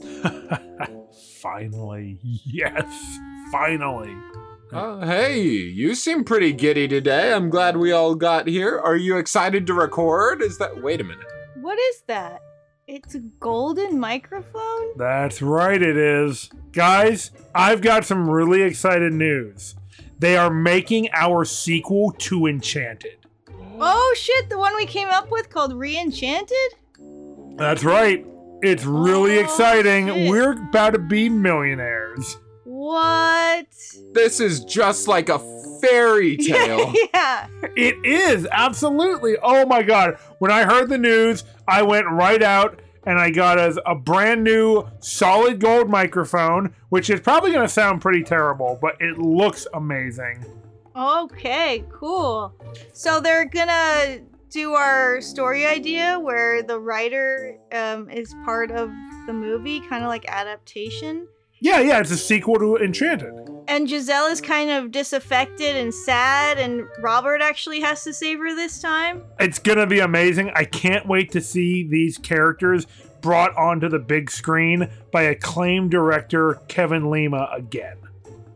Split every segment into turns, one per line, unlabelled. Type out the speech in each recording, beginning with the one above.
finally. Yes. Finally.
Uh, hey, you seem pretty giddy today. I'm glad we all got here. Are you excited to record? Is that. Wait a minute.
What is that? It's a golden microphone?
That's right, it is. Guys, I've got some really excited news. They are making our sequel to Enchanted.
Oh shit, the one we came up with called Reenchanted?
That's right. It's really
Oh,
exciting.
shit.
We're about to be millionaires.
What?
This is just like a fairy tale.
yeah.
It is, absolutely. Oh my God. When I heard the news, I went right out and I got us a brand new solid gold microphone, which is probably going to sound pretty terrible, but it looks amazing.
Okay, cool. So they're gonna do our story idea where the writer um, is part of the movie, kind of like adaptation.
Yeah, yeah, it's a sequel to Enchanted.
And Giselle is kind of disaffected and sad, and Robert actually has to save her this time.
It's gonna be amazing. I can't wait to see these characters brought onto the big screen by acclaimed director Kevin Lima again.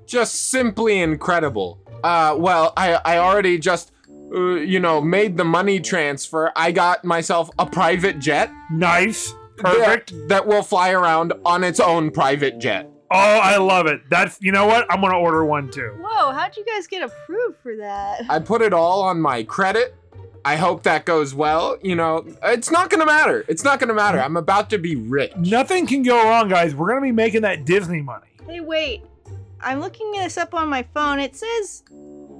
just simply incredible. Uh, well, I, I already just, uh, you know, made the money transfer. I got myself a private jet.
Nice. Perfect.
That, that will fly around on its own private jet.
Oh, I love it. That's you know what? I'm gonna order one too.
Whoa, how'd you guys get approved for that?
I put it all on my credit. I hope that goes well. You know, it's not gonna matter. It's not gonna matter. I'm about to be rich.
Nothing can go wrong, guys. We're gonna be making that Disney money.
Hey, wait. I'm looking this up on my phone. It says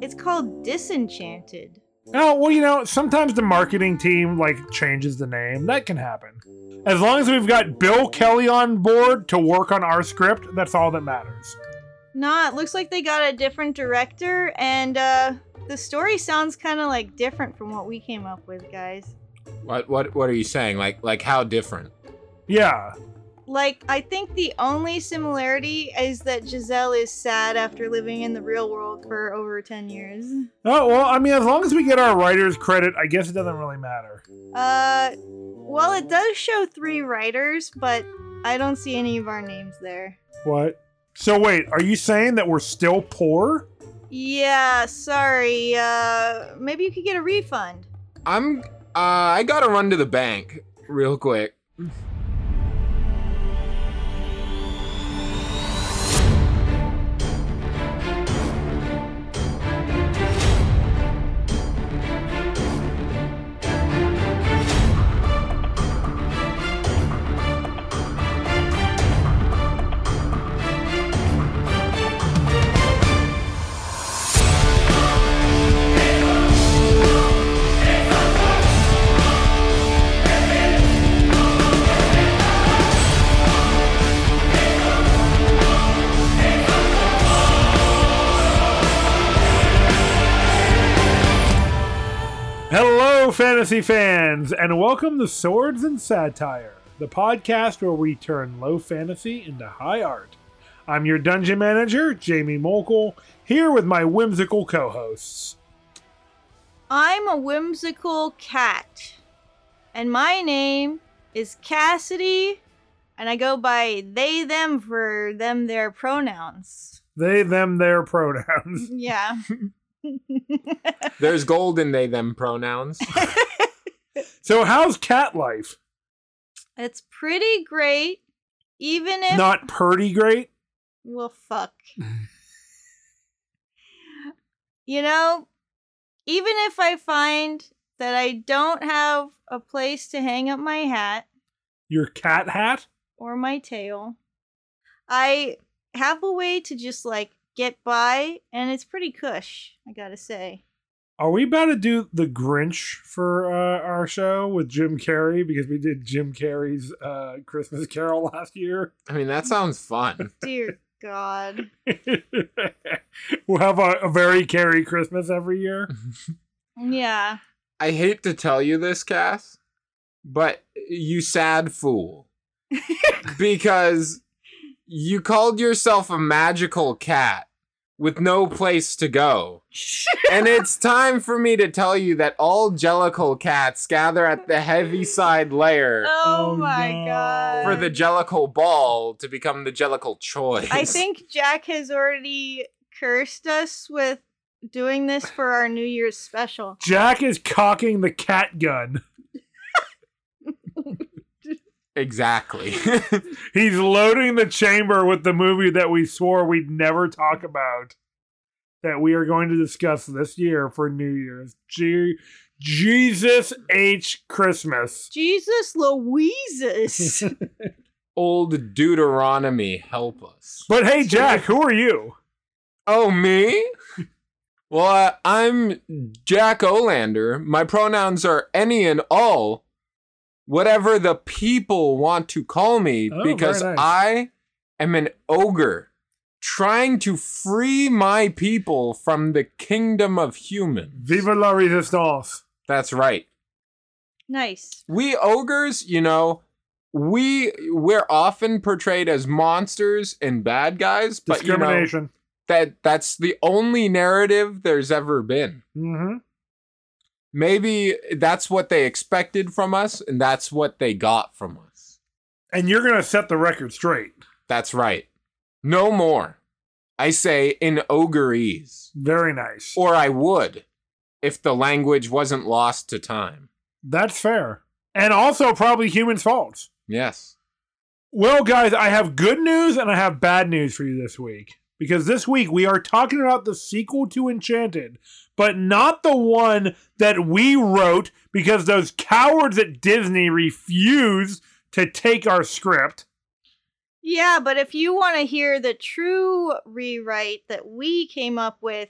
it's called Disenchanted.
Oh, well, you know, sometimes the marketing team like changes the name. That can happen. As long as we've got Bill Kelly on board to work on our script, that's all that matters.
Nah, it looks like they got a different director, and uh, the story sounds kind of like different from what we came up with, guys.
What what what are you saying? Like like how different?
Yeah.
Like, I think the only similarity is that Giselle is sad after living in the real world for over 10 years.
Oh well, I mean, as long as we get our writers credit, I guess it doesn't really matter.
Uh, well, it does show three writers, but I don't see any of our names there.
What? So wait, are you saying that we're still poor?
Yeah, sorry. Uh, maybe you could get a refund.
I'm uh I gotta run to the bank real quick.
Hello, fantasy fans, and welcome to Swords and Satire, the podcast where we turn low fantasy into high art. I'm your dungeon manager, Jamie Mokel, here with my whimsical co-hosts.
I'm a whimsical cat, and my name is Cassidy, and I go by they, them for them, their pronouns.
They, them, their pronouns.
Yeah.
There's gold in they them pronouns.
So how's cat life?
it's pretty great, even if.
Not pretty great.
Well, fuck. you know, even if I find that I don't have a place to hang up my hat
Your cat hat.
or my tail, I have a way to just like get by, and it's pretty cush, I gotta say.
Are we about to do the Grinch for uh, our show with Jim Carrey because we did Jim Carrey's uh, Christmas Carol last year?
I mean that sounds fun.
Dear God.
we'll have a, a very Carrey Christmas every year.
Yeah.
I hate to tell you this, Cass, but you sad fool. because you called yourself a magical cat, with no place to go. and it's time for me to tell you that all jellicle cats gather at the Heaviside Lair
oh,
Oh,
my
no.
god.
for the jellicle ball to become the jellicle choice.
I think Jack has already cursed us with doing this for our New Year's special.
Jack is cocking the cat gun.
exactly.
He's loading the chamber with the movie that we swore we'd never talk about that we are going to discuss this year for New Year's. Je- Jesus H. Christmas.
Jesus Louises.
Old Deuteronomy, help us.
But hey, Jack, who are you?
Oh, me? Well, uh, I'm Jack Olander. My pronouns are any and all, whatever the people want to call me,
Oh,
because
very nice.
I am an ogre trying to free my people from the kingdom of human.
Viva la Resistance.
That's right.
nice.
We ogres, you know, we we're often portrayed as monsters and bad guys, but you know
Discrimination.
that that's the only narrative there's ever been.
hmm
maybe that's what they expected from us and that's what they got from us
And you're going to set the record straight.
that's right no more i say in ogreese
Very nice.
or i would if the language wasn't lost to time
That's fair. And also, probably humans' faults.
yes
Well, guys, I have good news and I have bad news for you this week. Because this week we are talking about the sequel to Enchanted, but not the one that we wrote because those cowards at Disney refused to take our script.
Yeah, but if you want to hear the true rewrite that we came up with,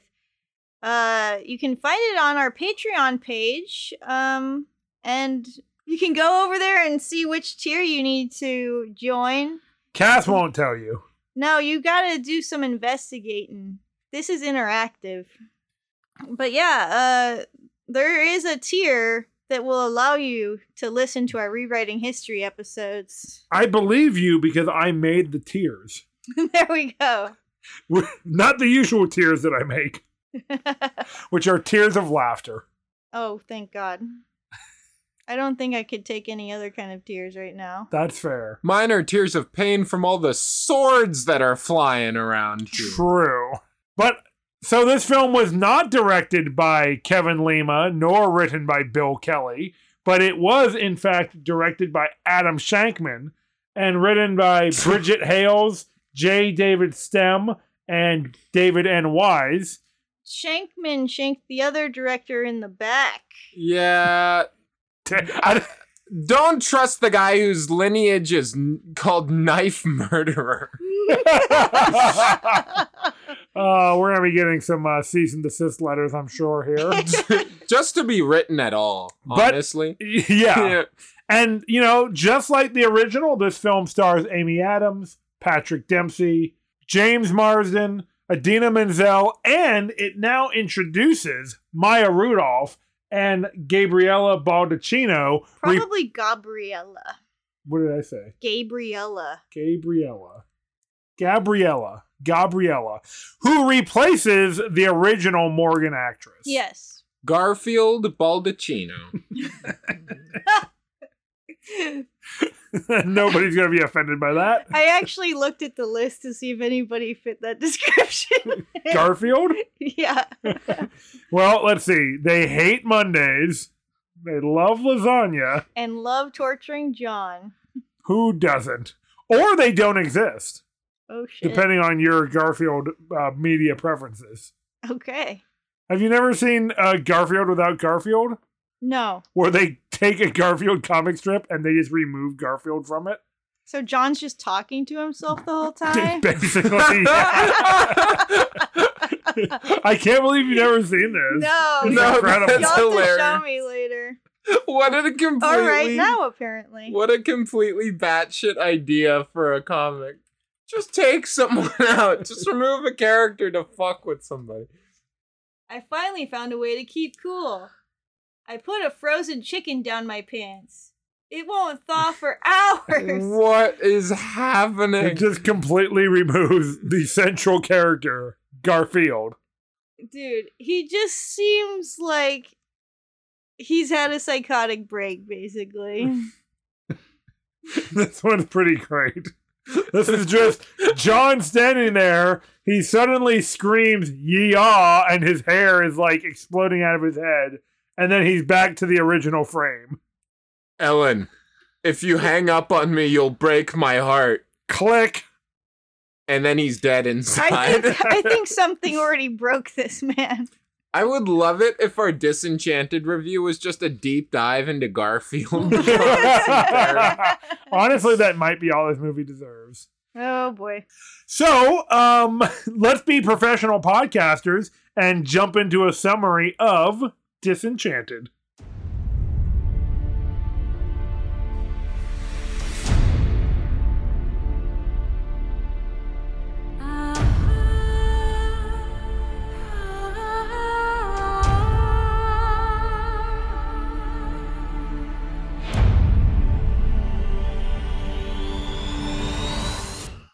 uh, you can find it on our Patreon page. Um, and you can go over there and see which tier you need to join.
Cass won't tell you.
No, you gotta do some investigating. This is interactive. But yeah, uh there is a tier that will allow you to listen to our rewriting history episodes.
I believe you because I made the tears.
there we go.
Not the usual tears that I make, which are tears of laughter.
oh, thank God. I don't think I could take any other kind of tears right now.
That's fair.
mine are tears of pain from all the swords that are flying around you.
True. But so this film was not directed by Kevin Lima nor written by Bill Kelly, but it was in fact directed by Adam Shankman and written by Bridget Hales, J. David Stem, and David N. Wise.
Shankman shanked the other director in the back.
yeah
I-
don't trust the guy whose lineage is n- called knife murderer
Uh, we're gonna be getting some uh, cease and desist letters, I'm sure here.
just to be written at all
But-
honestly
yeah. And, you know, just like the original, this film stars Amy Adams, Patrick Dempsey, James Marsden, Adina Menzel, and it now introduces Maya Rudolph and Gabriella Baldacchino. Re-
Probably Gabriella.
what did I say?
Gabriella.
Gabriella. Gabriella. Gabriella. Who replaces the original Morgan actress.
Yes.
Garfield Baldacchino.
Nobody's going to be offended by that.
I actually looked at the list to see if anybody fit that description.
Garfield?
yeah.
Well, let's see. They hate Mondays. They love lasagna.
And love torturing John.
Who doesn't? Or they don't exist,
Oh shit.
depending on your Garfield uh, media preferences.
okay.
Have you never seen uh, Garfield without Garfield?
No.
Where they take a Garfield comic strip and they just remove Garfield from it?
So John's just talking to himself the whole time.
Basically. Oh, yeah. I can't believe you've never seen this.
no.
It's
No,
incredible.
You'll
that's
have to show
hilarious.
me later.
What a completely
All right, now apparently.
what a completely batshit idea for a comic. Just take someone out. Just remove a character to fuck with somebody.
I finally found a way to keep cool. I put a frozen chicken down my pants. It won't thaw for hours.
What is
It
happening?
just completely removes the central character, Garfield.
Dude, he just seems like he's had a psychotic break, basically.
This one's pretty great. This is just John standing there. He suddenly screams "Yeehaw!" and his hair is like exploding out of his head. And then he's back to the original frame.
Ellen, if you hang up on me, you'll break my heart.
Click.
And then he's dead
I
inside.
think I think something already broke this man.
I would love it if our disenchanted review was just a deep dive into Garfield.
Honestly, that might be all this movie deserves.
Oh boy.
So, um, let's be professional podcasters and jump into a summary of Disenchanted.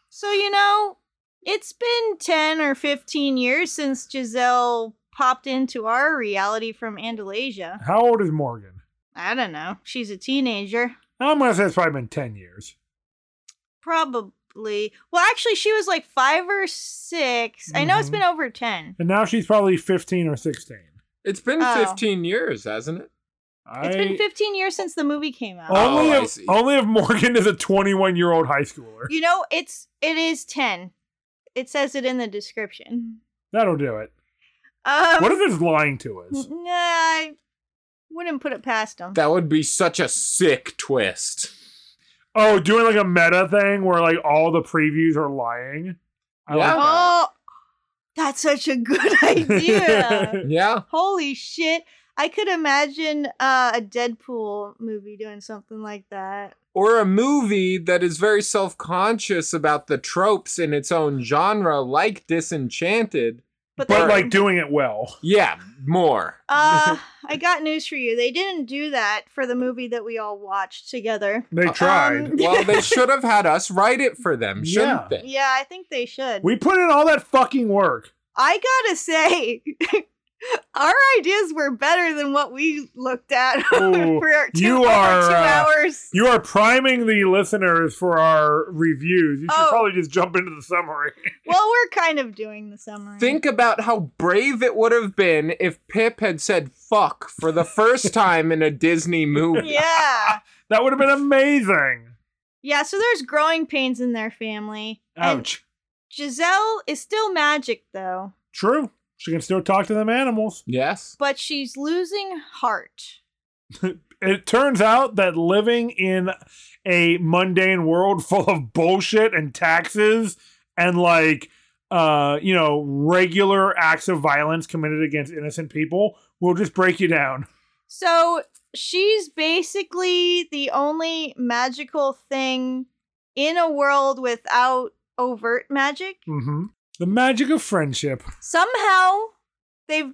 So you know, it's been 10 or 15 years since Giselle popped into our reality from Andalasia.
How old is Morgan?
I don't know. She's a teenager.
I'm gonna say it's probably been ten years.
Probably. Well, actually she was like 5 or 6. I know it's
Mhm.
been over 10.
And now she's probably 15 or 16.
it's been
Oh.
15 years, hasn't it?
I,
It's been 15 years since the movie came out.
only,
Oh, I
if,
see.
only if Morgan is a 21 year old high schooler.
You know, it's it is 10. It says it in the description.
That'll do it.
Um,
What if it's lying to us?
Nah, I wouldn't put it past them.
That would be such a sick twist.
Oh, doing like a meta thing where like all the previews are lying. I
Yeah.
like that.
oh, that's such a good idea.
Yeah.
Holy shit. I could imagine uh, a Deadpool movie doing something like that.
Or a movie that is very self conscious about the tropes in its own genre, like Disenchanted.
But
they-
like doing it well.
Yeah, more.
uh, I got news for you. They didn't do that for the movie that we all watched together.
They tried.
Um,
Well, they should have had us write it for them, shouldn't they?
Yeah, I think they should.
we put in all that fucking work.
I gotta say, our ideas were better than what we looked at
Ooh,
for our two,
you
over
are,
two
uh,
hours.
You are priming the listeners for our reviews. You should
Oh.
probably just jump into the summary.
Well, we're kind of doing the summary.
Think about how brave it would have been if Pip had said fuck for the first time in a Disney movie.
yeah,
That would have been amazing.
yeah. So there's growing pains in their family. And
Ouch.
Giselle is still magic though,
True. She can still talk to them animals.
Yes.
but she's losing heart.
It turns out that living in a mundane world full of bullshit and taxes and like uh you know regular acts of violence committed against innocent people will just break you down.
So she's basically the only magical thing in a world without overt magic.
Mhm. The magic of friendship.
somehow they've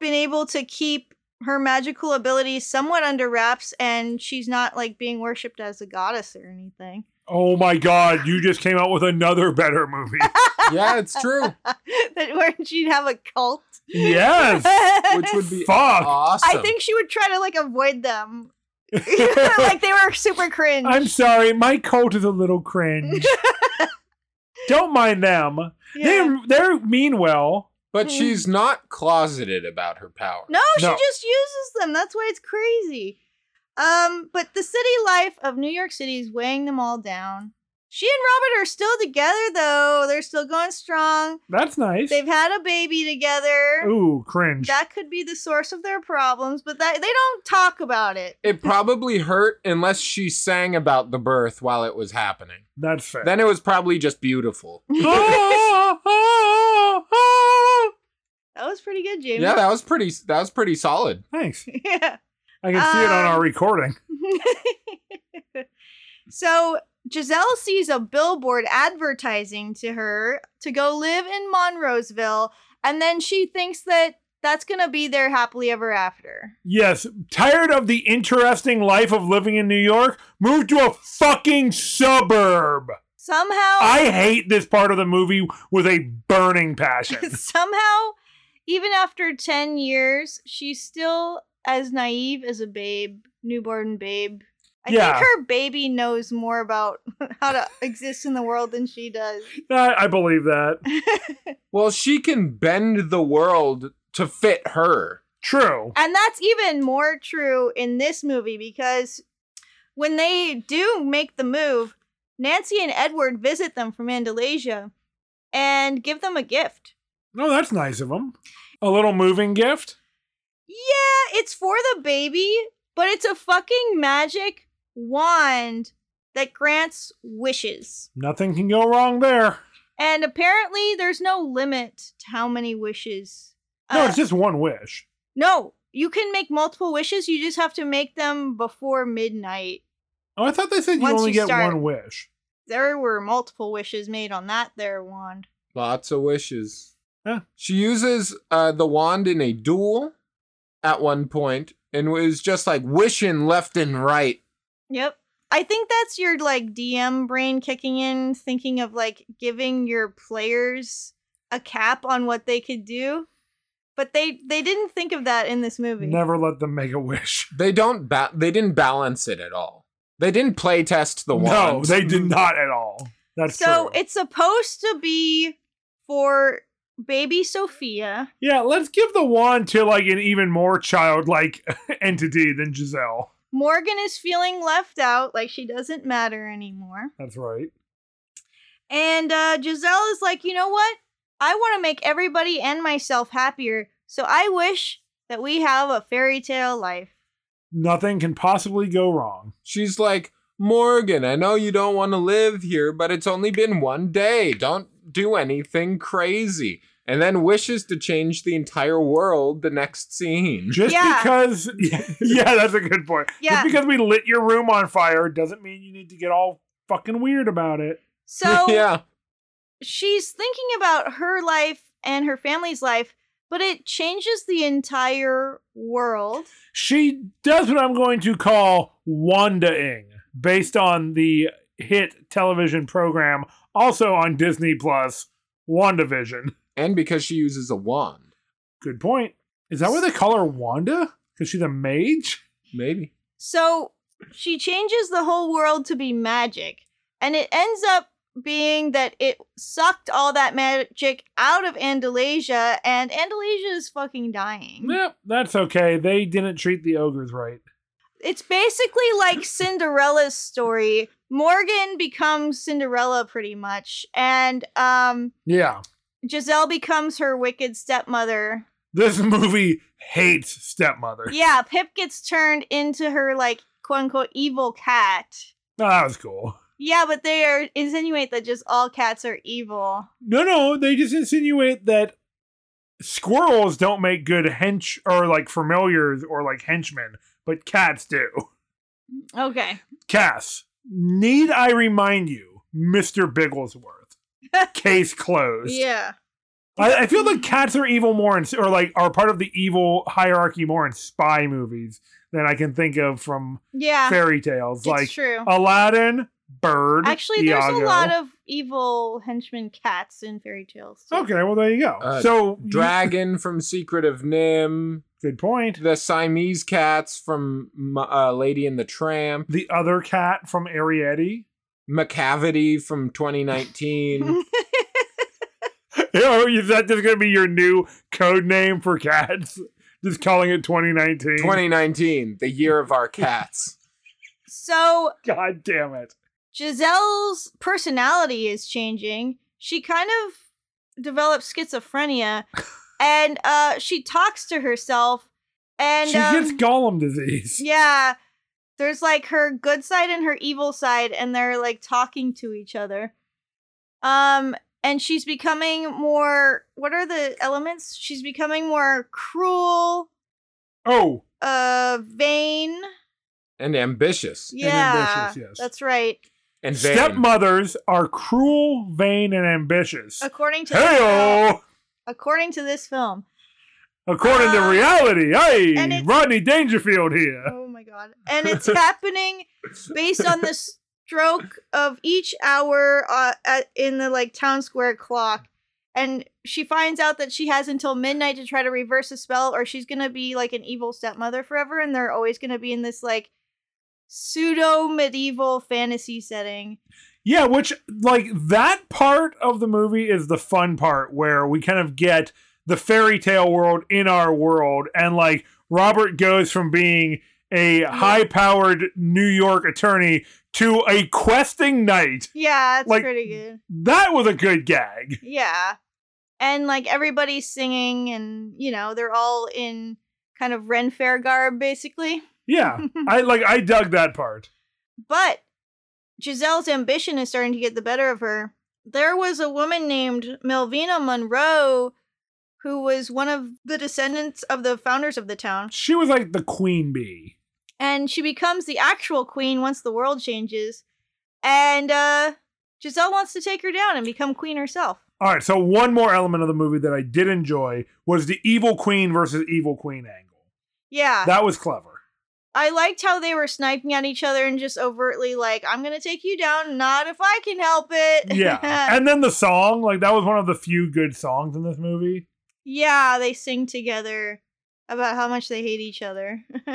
been able to keep her magical abilities somewhat under wraps and she's not like being worshipped as a goddess or anything.
Oh my god, you just came out with another better movie.
Yeah, it's true.
that where she'd have a cult.
yes.
Which would be
Fuck.
awesome.
I think she would try to like avoid them. like they were super cringe.
I'm sorry, my cult is a little cringe. Don't mind them.
Yeah.
They're they're mean well.
But she's not closeted about her power.
No, she
No.
just uses them. That's why it's crazy. Um, but the city life of New York City is weighing them all down. She and Robert are still together though. They're still going strong.
That's nice.
They've had a baby together.
Ooh, cringe.
That could be the source of their problems, but that they don't talk about it.
It probably hurt unless she sang about the birth while it was happening.
That's fair.
Then it was probably just beautiful.
That was pretty good, Jamie.
Yeah, that was pretty that was pretty solid.
Thanks.
Yeah.
I can see it on our
Um,
recording.
so Giselle sees a billboard advertising to her to go live in Monroseville, and then she thinks that that's gonna be their happily ever after.
Yes. Tired of the interesting life of living in New York? Move to a fucking suburb.
Somehow,
I hate this part of the movie with a burning passion.
somehow, even after 10 years, she's still as naive as a babe, newborn babe. I
Yeah.
think her baby knows more about how to exist in the world than she does.
I, I believe that.
Well, she can bend the world to fit her.
True.
And that's even more true in this movie because when they do make the move, Nancy and Edward visit them from Andalasia and give them a gift.
No, that's nice of them. A little moving gift.
Yeah, it's for the baby, but it's a fucking magic wand that grants wishes.
Nothing can go wrong there.
And apparently, there's no limit to how many wishes.
No,
uh,
it's just one wish.
no, you can make multiple wishes. You just have to make them before midnight.
Oh, I thought they said you
once
only
you
get
start-
one wish.
There were multiple wishes made on that there wand.
Lots of wishes.
Huh.
She uses uh, the wand in a duel at one point and was just like wishing left and right.
Yep. I think that's your like DM brain kicking in, thinking of like giving your players a cap on what they could do. But they they didn't think of that in this movie.
Never let them make a wish.
They don't ba- they didn't balance it at all. They didn't play test the
No,
wand.
they did not at all. That's
so
true.
it's supposed to be for baby Sophia.
yeah, let's give the wand to like an even more childlike entity than Giselle.
Morgan is feeling left out, like she doesn't matter anymore.
That's right.
And uh, Giselle is like, you know what? I want to make everybody and myself happier. So I wish that we have a fairy tale life.
Nothing can possibly go wrong.
She's like, Morgan, I know you don't want to live here, but it's only been one day. Don't do anything crazy. And then wishes to change the entire world the next scene.
Just
Yeah.
because, yeah, that's a good point.
Yeah.
Just because we lit your room on fire doesn't mean you need to get all fucking weird about it.
So
yeah.
she's thinking about her life and her family's life, but it changes the entire world.
She does what I'm going to call Wandaing, based on the hit television program, also on Disney Plus, WandaVision.
And because she uses a wand.
Good point. Is that why they call her Wanda? Because she's a mage?
Maybe.
So she changes the whole world to be magic, and it ends up being that it sucked all that magic out of Andalasia, and Andalasia is fucking dying.
Yep, that's okay. They didn't treat the ogres right.
It's basically like Cinderella's story. Morgan becomes Cinderella pretty much, and um,
Yeah.
Giselle becomes her wicked stepmother.
This movie hates stepmother.
Yeah, Pip gets turned into her like quote unquote evil cat.
Oh, that was cool.
Yeah, but they are insinuate that just all cats are evil.
No, no, they just insinuate that squirrels don't make good hench or like familiars or like henchmen, but cats do.
Okay.
Cass, need I remind you, Mr. Bigglesworth? Case closed.
Yeah.
I, I feel like cats are evil more, in, or like are part of the evil hierarchy more in spy movies than I can think of from
Yeah.
fairy tales,
Ah, it's
like
true.
Aladdin, Bird.
Actually, there's
Iago.
a lot of evil henchmen cats in fairy tales. too.
Okay, well there you go.
Uh,
so you-
Dragon from Secret of Nim.
Good point.
The Siamese cats from M- uh, Lady and the Tramp.
The other cat from Arietti.
McCavity from 2019.
Oh, is that just gonna be your new code name for cats? Just calling it 2019.
2019, the year of our cats.
So
God damn it.
Giselle's personality is changing. She kind of develops schizophrenia, and uh, she talks to herself. And
she
um,
gets Gollum disease.
Yeah. There's like her good side and her evil side and they're like talking to each other. Um and she's becoming more what are the elements? She's becoming more cruel,
Oh,
uh vain.
And ambitious.
Yeah.
ambitious, yes.
That's right.
And vain.
stepmothers are cruel, vain, and ambitious.
According to this film,
Heyo!
according to this film.
According to
Uh,
reality,
and
hey,
it's-
Rodney Dangerfield here.
Oh my god. And it's happening based on this stroke of each hour uh, at, in the like town square clock and she finds out that she has until midnight to try to reverse the spell or she's going to be like an evil stepmother forever and they're always going to be in this like pseudo medieval fantasy setting
Yeah, which like that part of the movie is the fun part where we kind of get the fairy tale world in our world and like Robert goes from being a high-powered New York attorney to a questing knight.
yeah it's
Like-
pretty good
That was a good gag.
yeah and like everybody's singing and you know they're all in kind of ren fair garb basically
Yeah. I like I dug that part.
But Giselle's ambition is starting to get the better of her. There was a woman named Melvina Monroe who was one of the descendants of the founders of the town.
She was like the queen bee.
And she becomes the actual queen once the world changes. And uh, Giselle wants to take her down and become queen herself.
All right, so one more element of the movie that I did enjoy was the evil queen versus evil queen angle.
Yeah.
That was clever.
I liked how they were sniping at each other and just overtly, like, I'm going to take you down, not if I can help it.
Yeah. and then the song, like that was one of the few good songs in this movie.
Yeah, they sing together about how much they hate each other.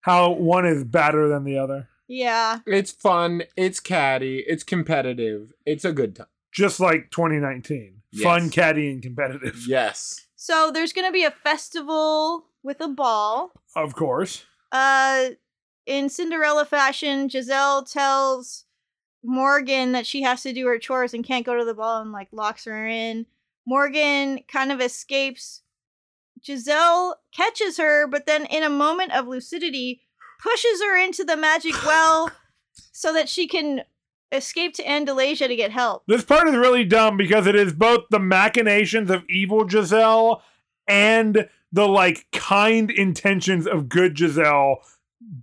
How one is better than the other.
yeah.
It's fun. It's catty. It's competitive. It's a good time.
Just like 2019.
Yes.
Fun, catty, and competitive.
Yes.
So there's going to be a festival with a ball.
Of course.
Uh in Cinderella fashion, Giselle tells Morgan that she has to do her chores and can't go to the ball and like locks her in. Morgan kind of escapes. Giselle catches her, but then in a moment of lucidity, pushes her into the magic well so that she can escape to Andalasia to get help.
This part is really dumb because it is both the machinations of evil Giselle and the like kind intentions of good Giselle,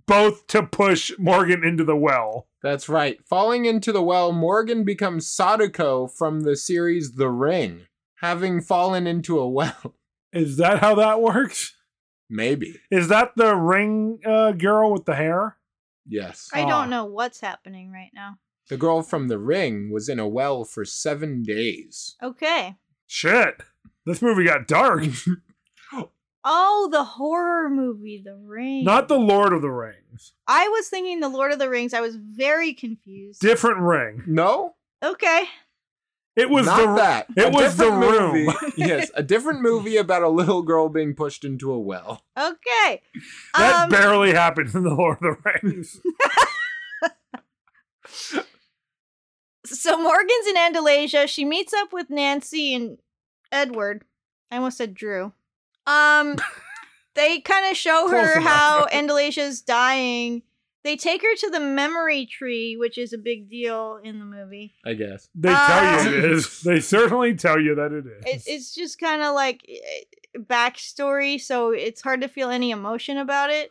both to push Morgan into the well.
That's right. Falling into the well, Morgan becomes Sadako from the series The Ring, having fallen into a well.
Is that how that works?
Maybe.
Is that the ring uh, girl with the hair?
Yes.
I
Ah.
don't know what's happening right now.
The girl from The Ring was in a well for seven days.
Okay.
Shit. This movie got dark.
Oh, the horror movie, The Ring.
Not the Lord of the Rings.
I was thinking the Lord of the Rings. I was very confused.
Different ring.
No?
okay.
It was
Not
the
that.
it was The
different
Room.
movie- yes, a different movie about a little girl being pushed into a well.
Okay.
that
um,
barely happens in the Lord of the Rings.
so Morgan's in Andalasia. She meets up with Nancy and Edward. I almost said Drew. Um, they kind of show
Close
her
enough.
how Andalasia's dying. They take her to the memory tree, which is a big deal in the movie.
I guess.
They tell you it is. They certainly tell you that it is.
Um, It, it's just kind of like eh, backstory, so it's hard to feel any emotion about it.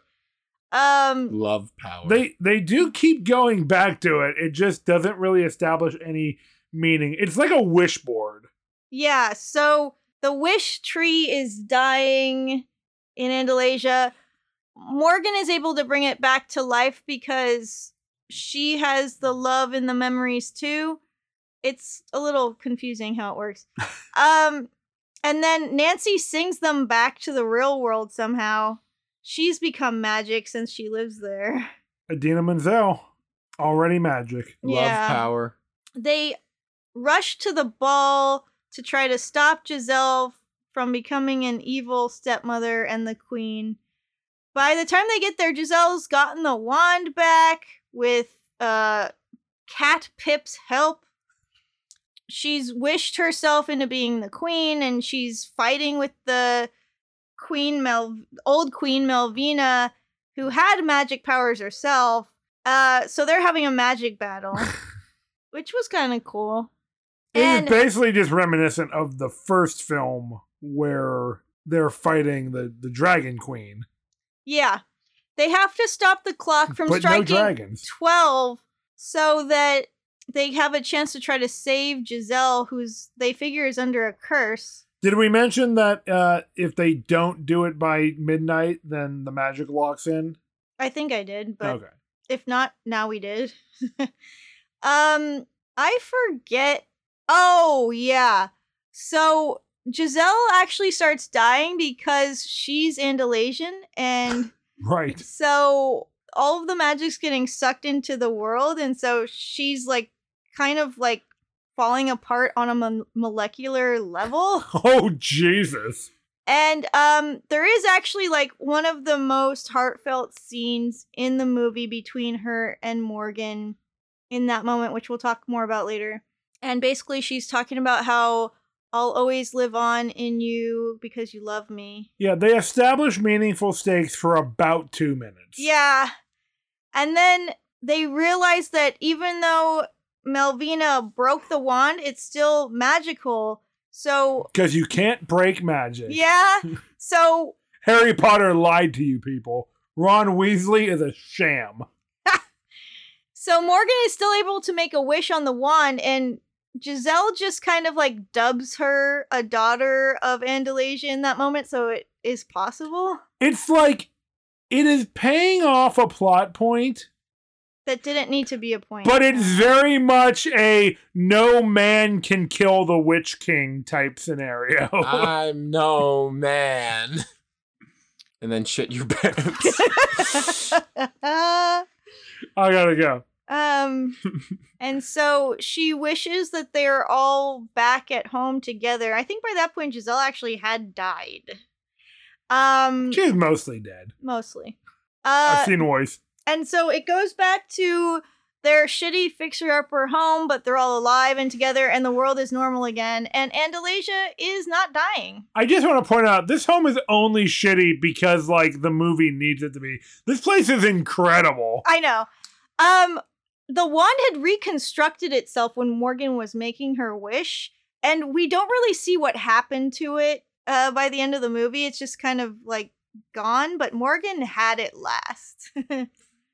Um,
Love power.
they they do keep going back to it. It just doesn't really establish any meaning. It's like a wish board.
Yeah, so the wish tree is dying in Andalasia. Morgan is able to bring it back to life because she has the love and the memories too. It's a little confusing how it works. um and then Nancy sings them back to the real world somehow. She's become magic since she lives there.
Adina Menzel, already magic.
Love
yeah.
power.
they rush to the ball to try to stop Giselle from becoming an evil stepmother and the queen. By the time they get there, Giselle's gotten the wand back with uh, Cat Pip's help. She's wished herself into being the queen, and she's fighting with the queen Mel, old queen Melvina, who had magic powers herself. Uh, so they're having a magic battle which was kind of cool.
It is
And-
basically just reminiscent of the first film where they're fighting the the dragon queen,
Yeah. They have to stop the clock from
but no
striking
dragons.
12 so that they have a chance to try to save Giselle, who's they figure is under a curse.
Did we mention that uh, if they don't do it by midnight, then the magic locks in?
I think I did, but
okay.
If not, now we did. um, I forget. Oh, yeah. So Giselle actually starts dying because she's Andalasian and
Right.
so all of the magic's getting sucked into the world and so she's like kind of like falling apart on a mon- molecular level
Oh Jesus.
and um there is actually like one of the most heartfelt scenes in the movie between her and Morgan in that moment which we'll talk more about later and basically she's talking about how I'll always live on in you because you love me
Yeah, they establish meaningful stakes for about two minutes.
Yeah. And then they realize that even though Melvina broke the wand, it's still magical. So,
Because you can't break magic.
yeah. So,
Harry Potter lied to you people. Ron Weasley is a sham.
so Morgan is still able to make a wish on the wand and Giselle just kind of like dubs her a daughter of Andalasia in that moment, so it is possible
It's like it is paying off a plot point,
that didn't need to be a point.
but it's very much a no man can kill the Witch King type scenario.
I'm no man. And then shit your pants.
I gotta go.
Um, and so she wishes that they're all back at home together. I think by that point, Giselle actually had died. Um,
She's mostly dead.
mostly.
I've
Uh,
seen worse.
and so it goes back to their shitty fixer-upper home, but they're all alive and together, and the world is normal again. And Andalasia is not dying.
I just want to point out this home is only shitty because like the movie needs it to be. This place is incredible.
I know. Um, the wand had reconstructed itself when Morgan was making her wish, and we don't really see what happened to it uh, by the end of the movie. It's just kind of like gone, but Morgan had it last.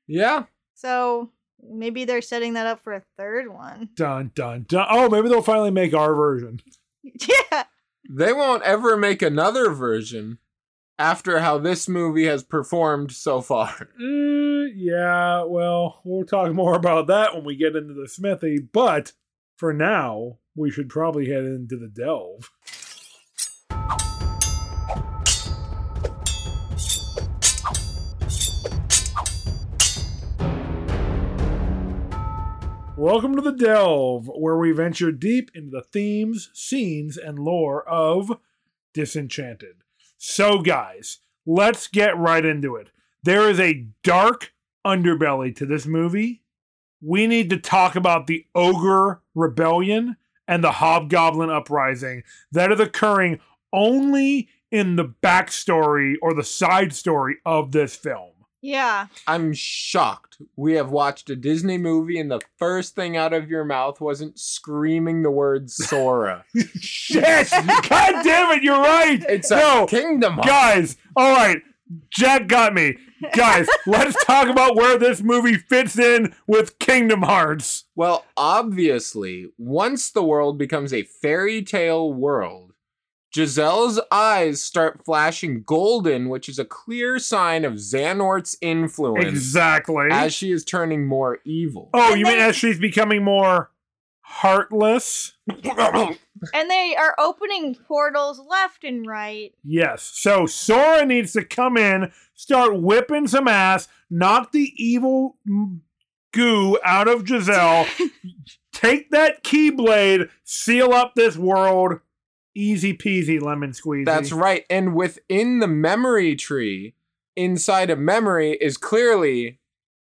yeah.
so maybe they're setting that up for a third one.
Dun dun dun. Oh, maybe they'll finally make our version.
yeah.
They won't ever make another version after how this movie has performed so far.
Uh, yeah, well, we'll talk more about that when we get into the smithy, but for now, we should probably head into the delve. Welcome to the Delve, where we venture deep into the themes, scenes, and lore of Disenchanted. So, guys, let's get right into it. There is a dark underbelly to this movie. We need to talk about the Ogre Rebellion and the Hobgoblin Uprising that is occurring only in the backstory or the side story of this film.
Yeah.
I'm shocked. We have watched a Disney movie, and the first thing out of your mouth wasn't screaming the word Sora.
Shit! God damn it, you're right!
It's a
no,
kingdom. Hearts.
guys, all right. Jack got me. Guys, let's talk about where this movie fits in with Kingdom Hearts.
Well, obviously, once the world becomes a fairy tale world, Giselle's eyes start flashing golden, which is a clear sign of Xanort's influence
Exactly.
as she is turning more evil.
oh,
And
you mean
then-
as she's becoming more heartless? Oh,
And they are opening portals left and right.
Yes. So Sora needs to come in, start whipping some ass, knock the evil mm, goo out of Giselle, take that keyblade, seal up this world. Easy peasy lemon squeezy.
That's right. And within the memory tree, inside a memory is clearly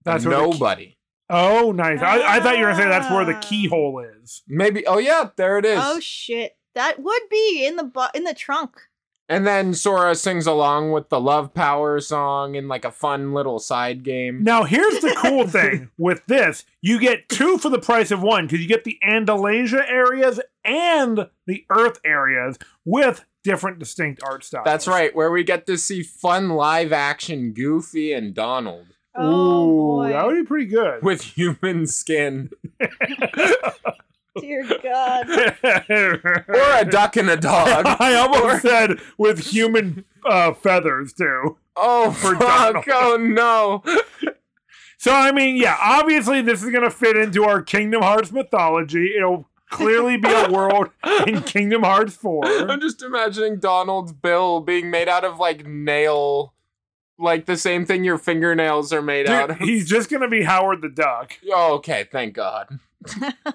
That's where the key-
nobody.
Oh, nice. I, I thought you were saying that's where the
Ah.
keyhole is.
Maybe. Oh yeah, there it is.
Oh shit. That would be in the bu- in the trunk.
and then Sora sings along with the Love Power song in like a fun little side game.
Now here's the cool thing with this: you get two for the price of one because you get the Andalasia areas and the Earth areas with different distinct art styles.
That's right, where we get to see fun live action Goofy and Donald
Ooh,
Oh boy.
that would be pretty good.
with human skin
Dear God.
or a duck and a dog.
I almost said with human uh, feathers too.
Oh
For Donald.
fuck! Oh no!
So I mean, yeah, obviously this is gonna fit into our Kingdom Hearts mythology. It'll clearly be a world in Kingdom Hearts 4.
I'm just imagining Donald's bill being made out of like nail, like the same thing your fingernails are made out
Dude,
of.
he's just gonna be Howard the Duck,
Oh, okay, thank God.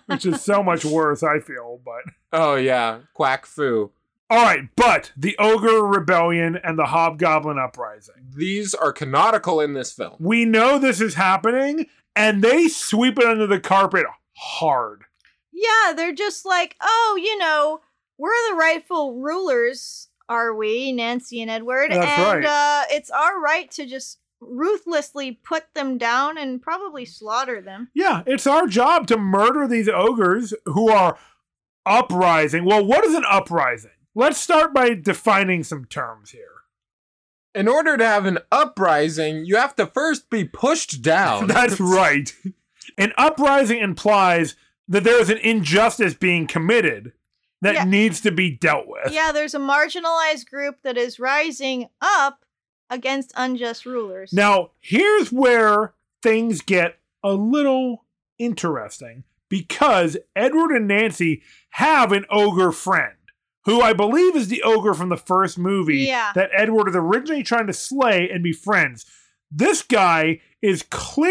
which is so much worse, I feel, but
Oh yeah, quack foo.
All right, but the Ogre Rebellion and the Hobgoblin Uprising.
These are canonical in this film.
We know this is happening, and they sweep it under the carpet hard.
Yeah, they're just like, oh, you know, we're the rightful rulers, are we, Nancy and Edward?
That's right.
and uh, it's our right to just ruthlessly put them down and probably slaughter them.
Yeah, it's our job to murder these ogres who are uprising. Well, what is an uprising? Let's start by defining some terms here.
In order to have an uprising, you have to first be pushed down.
That's right. An uprising implies that there is an injustice being committed that
Yeah.
needs to be dealt with.
Yeah, there's a marginalized group that is rising up against unjust rulers.
Now, here's where things get a little interesting because Edward and Nancy have an ogre friend who I believe is the ogre from the first movie
Yeah.
that Edward is originally trying to slay and be friends. This guy is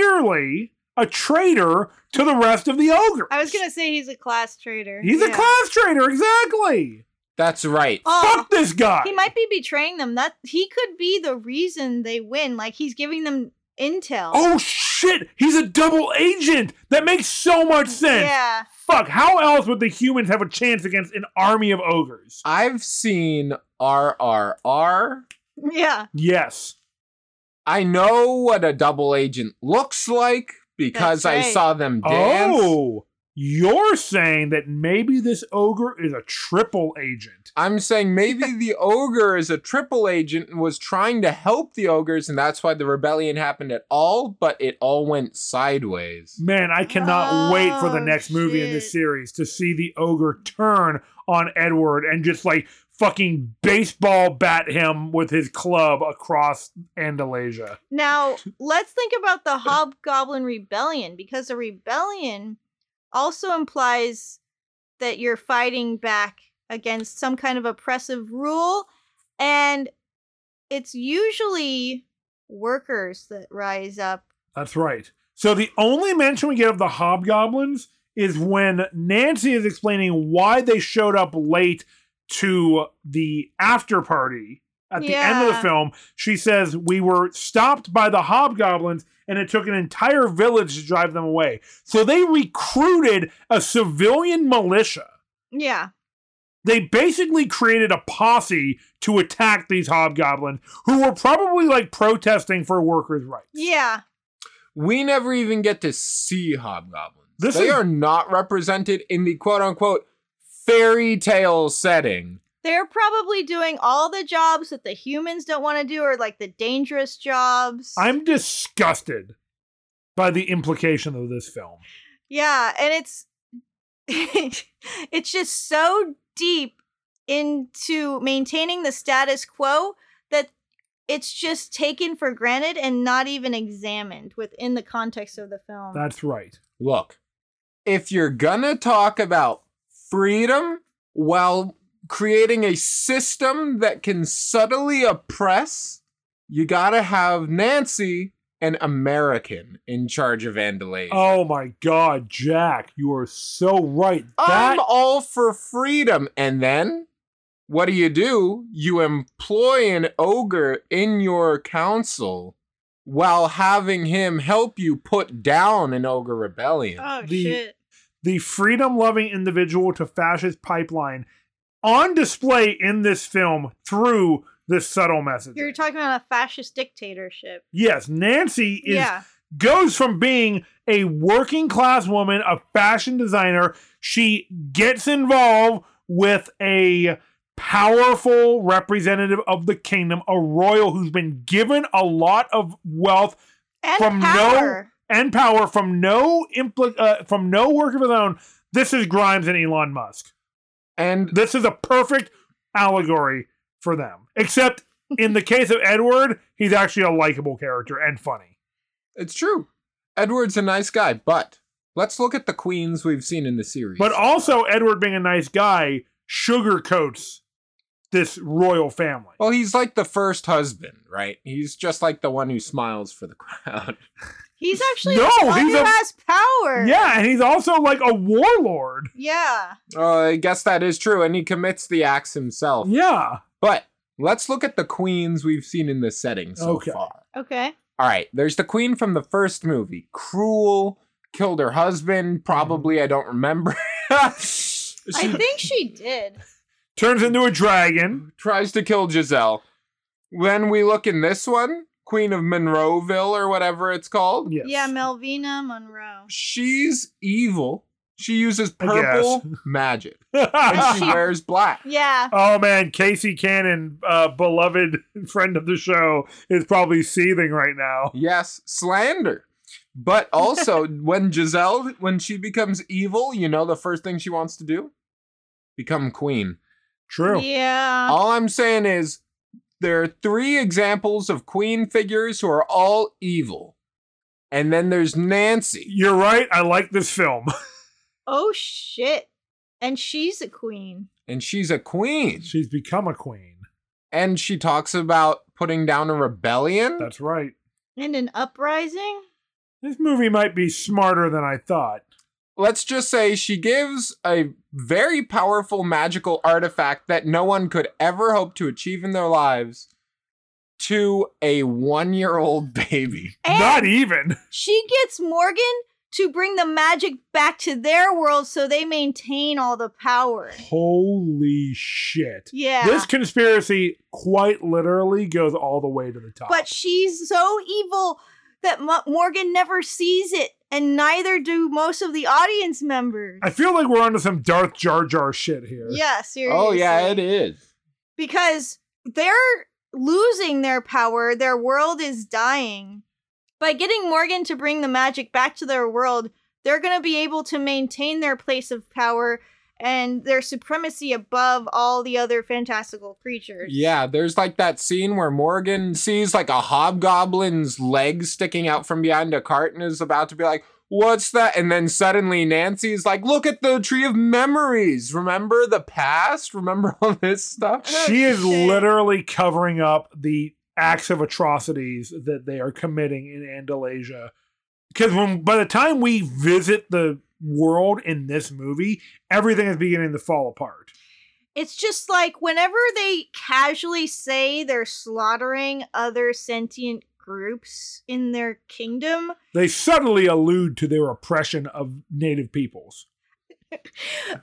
clearly a traitor to the rest of the ogre.
I was gonna say he's a class traitor.
He's a
Yeah.
class traitor, exactly.
That's right.
Oh,
Fuck this guy.
he might be betraying them. That he could be the reason they win. Like he's giving them intel.
oh shit, he's a double agent. That makes so much sense.
yeah.
Fuck, how else would the humans have a chance against an army of ogres?
I've seen RRR.
Yeah.
Yes.
I know what a double agent looks like because
That's
I
right.
saw them dance.
Oh, you're saying that maybe this ogre is a triple agent.
I'm saying maybe the ogre is a triple agent and was trying to help the ogres, and that's why the rebellion happened at all, but it all went sideways.
Man, I cannot wait for the
Oh,
next movie in this
shit.
series to see the ogre turn on Edward and just like fucking baseball bat him with his club across Andalasia.
Now let's think about the Hobgoblin Rebellion because the rebellion also implies that you're fighting back against some kind of oppressive rule, and it's usually workers that rise up.
That's right. So the only mention we get of the hobgoblins is when Nancy is explaining why they showed up late to the after party at the end of the
Yeah.
film. She says, We were stopped by the hobgoblins and it took an entire village to drive them away. So they recruited a civilian militia.
Yeah,
They basically created a posse to attack these hobgoblins who were probably like protesting for workers' rights.
yeah,
We never even get to see hobgoblins.
This
they
is-
are not represented in the quote unquote fairy tale setting.
they're probably doing all the jobs that the humans don't want to do, or like the dangerous jobs.
I'm disgusted by the implication of this film.
Yeah, and it's it's just so deep into maintaining the status quo that it's just taken for granted and not even examined within the context of the film.
That's right.
Look, if you're gonna talk about freedom while creating a system that can subtly oppress, you gotta have Nancy, an American, in charge of Andalay.
Oh my god, Jack, you are so right.
Um,
That
I'm all for freedom. And then what do you do? You employ an ogre in your council while having him help you put down an ogre rebellion.
oh
the-
shit.
the freedom-loving individual to fascist pipeline on display in this film through this subtle message.
You're talking about a fascist dictatorship.
yes, Nancy is
yeah.
goes from being a working class woman, a fashion designer, she gets involved with a powerful representative of the kingdom, a royal who's been given a lot of wealth
And
from no-
power.
and power from no impl- uh, from no work of his own. This is Grimes and Elon Musk.
And
This is a perfect allegory for them. Except in the case of Edward, he's actually a likable character and funny.
It's true. Edward's a nice guy, but let's look at the queens we've seen in the series.
But also, Edward being a nice guy sugarcoats this royal family.
Oh,
well, he's like the first husband, right? He's just like the one who smiles for the crowd.
He's actually
No,
the one
he's
who
a-
has power.
Yeah, and he's also like a warlord.
Yeah.
Oh, I guess that is true, and he commits the acts himself.
Yeah.
But let's look at the queens we've seen in this setting so
Okay.
far.
Okay.
All right, there's the queen from the first movie, cruel, killed her
Mm-hmm.
husband. Probably, I don't remember. she
I think she did.
Turns into a dragon.
tries to kill Giselle. When we look in this one, Queen of Monroeville or whatever it's called,
Yes.
Yeah, Melvina Monroe.
she's evil. She uses
I guess.
purple magic. And she
She-
wears black.
Yeah.
oh man, Casey Cannon, uh, beloved friend of the show, is probably seething right now.
Yes, slander. But also, when Giselle, when she becomes evil, you know the first thing she wants to do? Become queen.
True.
Yeah.
All I'm saying is there are three examples of queen figures who are all evil. And then there's Nancy.
You're right. I like this film.
Oh shit. And she's a queen.
and she's a queen.
She's become a queen.
And she talks about putting down a rebellion.
That's right.
And an uprising?
This movie might be smarter than I thought.
Let's just say she gives a very powerful magical artifact that no one could ever hope to achieve in their lives to a one year old baby.
And
Not e-, even.
she gets Morgan to bring the magic back to their world so they maintain all the power.
Holy shit.
Yeah.
This conspiracy quite literally goes all the way to the top.
but she's so evil that Mo- Morgan never sees it, and neither do most of the audience members.
I feel like we're onto some Darth Jar Jar shit here.
yeah, seriously.
Oh, yeah, it is.
Because they're losing their power, their world is dying. By getting Morgan to bring the magic back to their world, they're going to be able to maintain their place of power and their supremacy above all the other fantastical creatures.
Yeah, there's like that scene where Morgan sees like a hobgoblin's leg sticking out from behind a cart and is about to be like, What's that? And then suddenly Nancy's like, Look at the tree of memories. Remember the past? Remember all this stuff?
She is
Shit.
literally covering up the acts of atrocities that they are committing in Andalasia. Because when by the time we visit the world in this movie, everything is beginning to fall apart.
It's just like whenever they casually say they're slaughtering other sentient groups in their kingdom,
They subtly allude to their oppression of native peoples.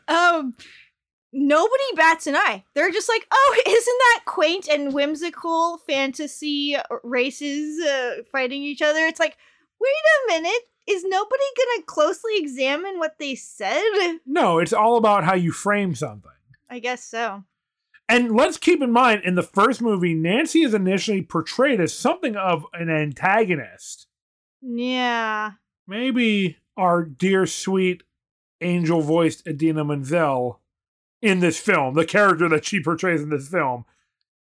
um nobody bats an eye. They're just like, "Oh, isn't that quaint and whimsical fantasy races uh, fighting each other?" It's like, "Wait a minute, is nobody going to closely examine what they said?"
No, it's all about how you frame something.
I guess so.
And let's keep in mind in the first movie, Nancy is initially portrayed as something of an antagonist.
Yeah.
maybe our dear sweet angel voiced Adina Menzel in this film, the character that she portrays in this film,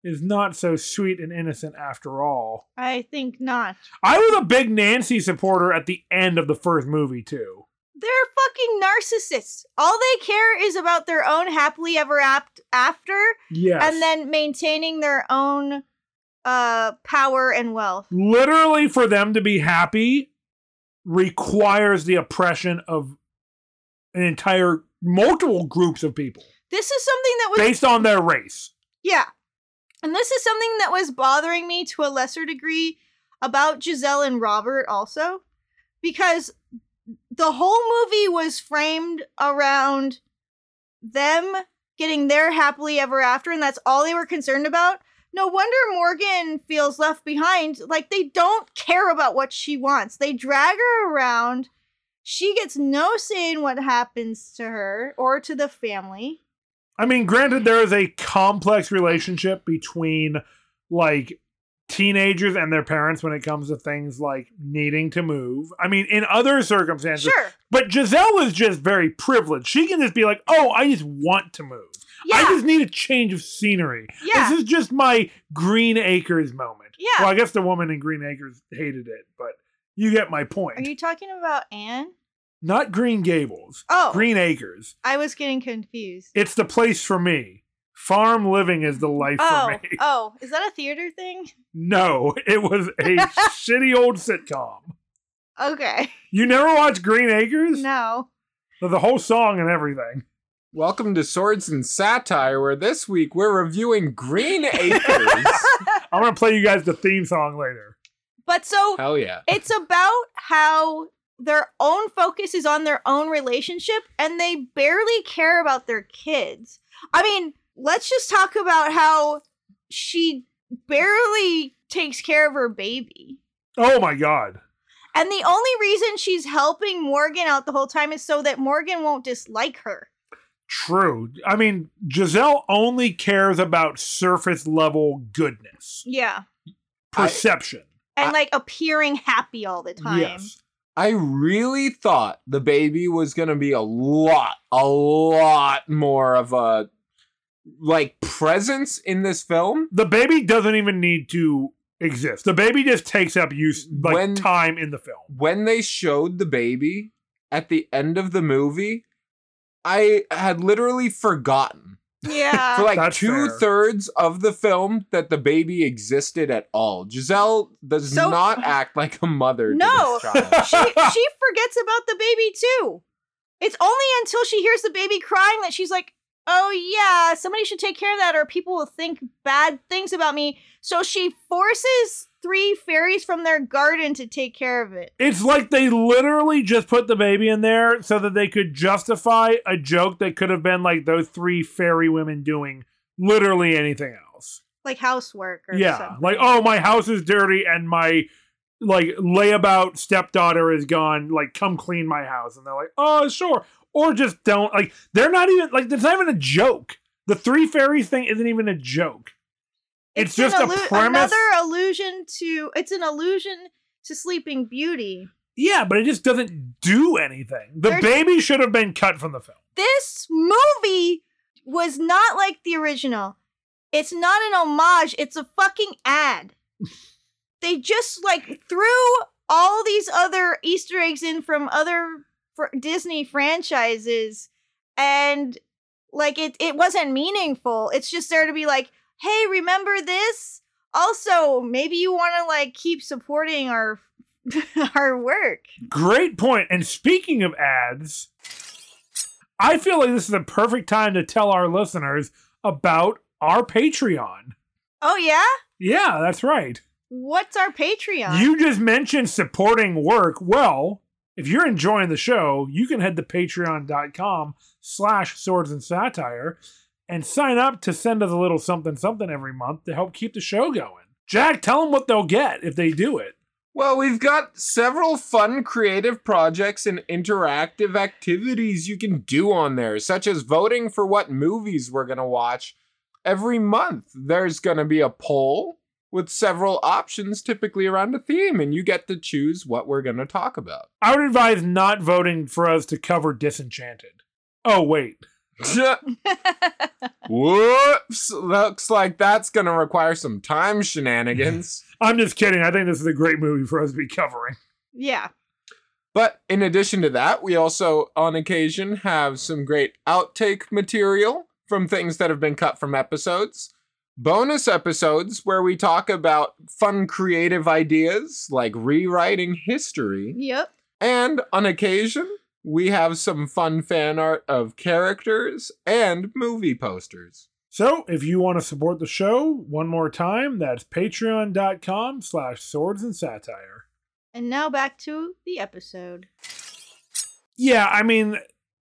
is not so sweet and innocent after all.
I think not.
I was a big Nancy supporter at the end of the first movie too.
They're fucking narcissists. All they care is about their own happily ever apt after
Yes.
and then maintaining their own uh power and wealth.
literally for them to be happy requires the oppression of an entire multiple groups of people
This is something that was
based on their race.
yeah. And this is something that was bothering me to a lesser degree about Giselle and Robert also because the whole movie was framed around them getting their happily ever after and that's all they were concerned about. No wonder Morgan feels left behind. Like they don't care about what she wants. They drag her around. She gets no say in what happens to her or to the family.
I mean, granted, there is a complex relationship between like teenagers and their parents when it comes to things like needing to move. I mean, in other circumstances,
Sure.
but Giselle is just very privileged. She can just be like, "Oh, I just want to move.
Yeah.
I just need a change of scenery.
yeah.
This is just my Green Acres moment."
Yeah.
Well, I guess the woman in Green Acres hated it, but You get my point.
Are you talking about Anne?
Not Green Gables.
Oh,
Green Acres.
I was getting confused.
It's the place for me. Farm living is the life
Oh,
for me.
oh, is that a theater thing?
No, it was a shitty old sitcom.
Okay,
You never watched Green Acres?
no.
The whole song and everything.
Welcome to Swords and Satire, where this week we're reviewing Green Acres.
I'm gonna play you guys the theme song later.
But so
Hell yeah.
it's about how their own focus is on their own relationship and they barely care about their kids. I mean, let's just talk about how she barely takes care of her baby.
Oh my god.
And the only reason she's helping Morgan out the whole time is so that Morgan won't dislike her.
True. I mean, Giselle only cares about surface level goodness,
Yeah.
I-
perception.
And
I-
like appearing happy all the time.
Yes.
I really thought the baby was going to be a lot, a lot more of a like presence in this film.
The baby doesn't even need to exist. The baby just takes up use like
When-
time in the film.
When they showed the baby at the end of the movie, I had literally forgotten for
Yeah.
like
That's fair.
two thirds of the film that the baby existed at all. Giselle does
So-
not act like a mother.
No.
to this child.
she, she forgets about the baby too. It's only until she hears the baby crying that she's like, oh yeah, somebody should take care of that or people will think bad things about me. So she forces three fairies from their garden to take care of it.
It's like they literally just put the baby in there so that they could justify a joke that could have been like those three fairy women doing literally anything else.
Like housework or
yeah.
something.
Like, oh, my house is dirty and my like layabout stepdaughter is gone. Like, come clean my house. And they're like, oh, sure. Or just don't. Like, they're not even like it's not even a joke. The three fairies thing isn't even a joke. It's,
an
just a
allu-
premise.
Another allusion to it's an allusion to Sleeping Beauty.
yeah, but it just doesn't do anything. The
There's-
baby should have been cut from the film.
This movie was not like the original. It's not an homage. It's a fucking ad. they just like threw all these other Easter eggs in from other fr- Disney franchises, and like it it wasn't meaningful. It's just there to be like, hey, remember this? Also, maybe you want to like keep supporting our our work.
Great point. And speaking of ads, I feel like this is a perfect time to tell our listeners about our Patreon.
Oh yeah,
Yeah, that's right.
what's our Patreon?
You just mentioned supporting work. Well, if you're enjoying the show, you can head to patreon.com slash swords and satire and sign up to send us a little something something every month to help keep the show going. Jack, tell them what they'll get if they do it.
Well, we've got several fun creative projects and interactive activities you can do on there, such as voting for what movies we're going to watch every month. There's going to be a poll with several options, typically around a theme, and you get to choose what we're going to talk about.
I would advise not voting for us to cover Disenchanted. Oh, wait.
Whoops! Looks like that's going to require some time shenanigans.
I'm just kidding. I think this is a great movie for us to be covering.
yeah.
But in addition to that, we also, on occasion, have some great outtake material from things that have been cut from episodes. Bonus episodes where we talk about fun creative ideas like rewriting history.
Yep.
And on occasion, we have some fun fan art of characters and movie posters.
So, if you want to support the show, one more time, that's patreon.com slash swords and satire.
And now back to the episode.
Yeah, I mean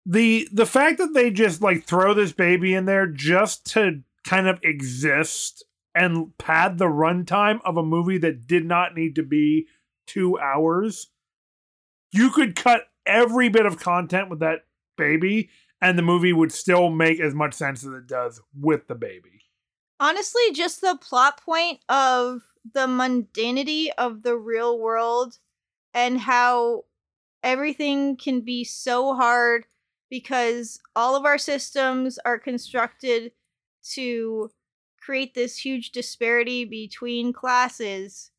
the the fact that they just like throw this baby in there just to kind of exist and pad the runtime of a movie that did not need to be two hours. You could cut every bit of content with that baby, and the movie would still make as much sense as it does with the baby.
Honestly, just the plot point of the mundanity of the real world and how everything can be so hard because all of our systems are constructed to create this huge disparity between classes.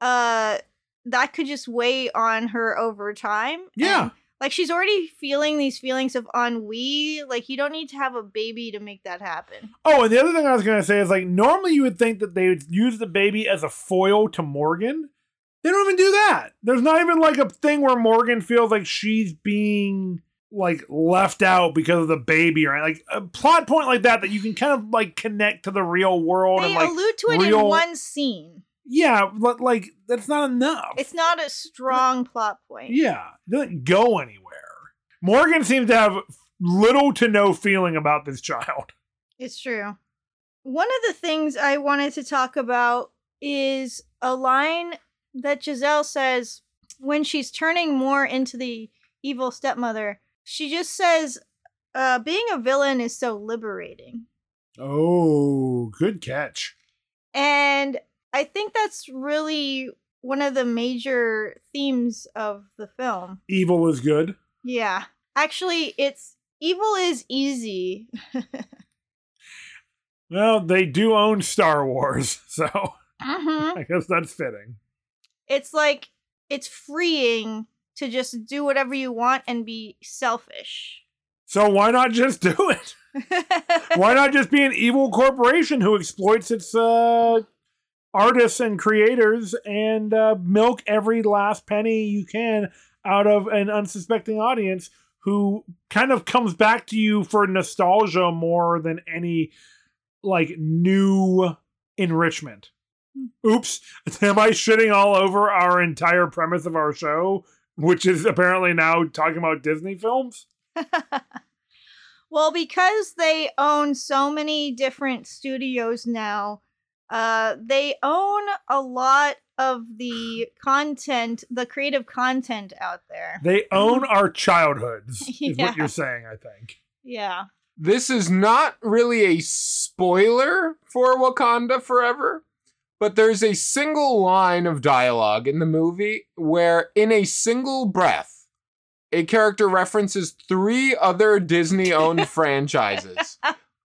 Uh that could just weigh on her over time.
Yeah.
And, like she's already feeling these feelings of ennui. Like you don't need to have a baby to make that happen.
Oh, and the other thing I was gonna say is like normally you would think that they would use the baby as a foil to Morgan. They don't even do that. There's not even like a thing where Morgan feels like she's being like left out because of the baby or like a plot point like that that you can kind of like connect to the real world
They
and like
allude to it
real-
in one scene.
yeah, but like that's not enough.
It's not a strong plot point.
Yeah, it doesn't go anywhere. Morgan seems to have little to no feeling about this child.
It's true. One of the things I wanted to talk about is a line that Giselle says when she's turning more into the evil stepmother. She just says, uh, being a villain is so liberating.
Oh, good catch.
And I think that's really one of the major themes of the film.
Evil is good.
Yeah. Actually, it's evil is easy.
Well, they do own Star Wars, so
hmm
I guess that's fitting.
it's like it's freeing to just do whatever you want and be selfish.
So why not just do it? Why not just be an evil corporation who exploits its uh, artists and creators and uh, milk every last penny you can out of an unsuspecting audience who kind of comes back to you for nostalgia more than any like new enrichment. Oops, am I shitting all over our entire premise of our show, which is apparently now talking about Disney films?
well, because they own so many different studios now, uh, they own a lot of the content, the creative content out there.
They own our childhoods, is
Yeah.
what you're saying, I think.
Yeah.
This is not really a spoiler for Wakanda Forever, but there's a single line of dialogue in the movie where, in a single breath, a character references three other Disney owned franchises.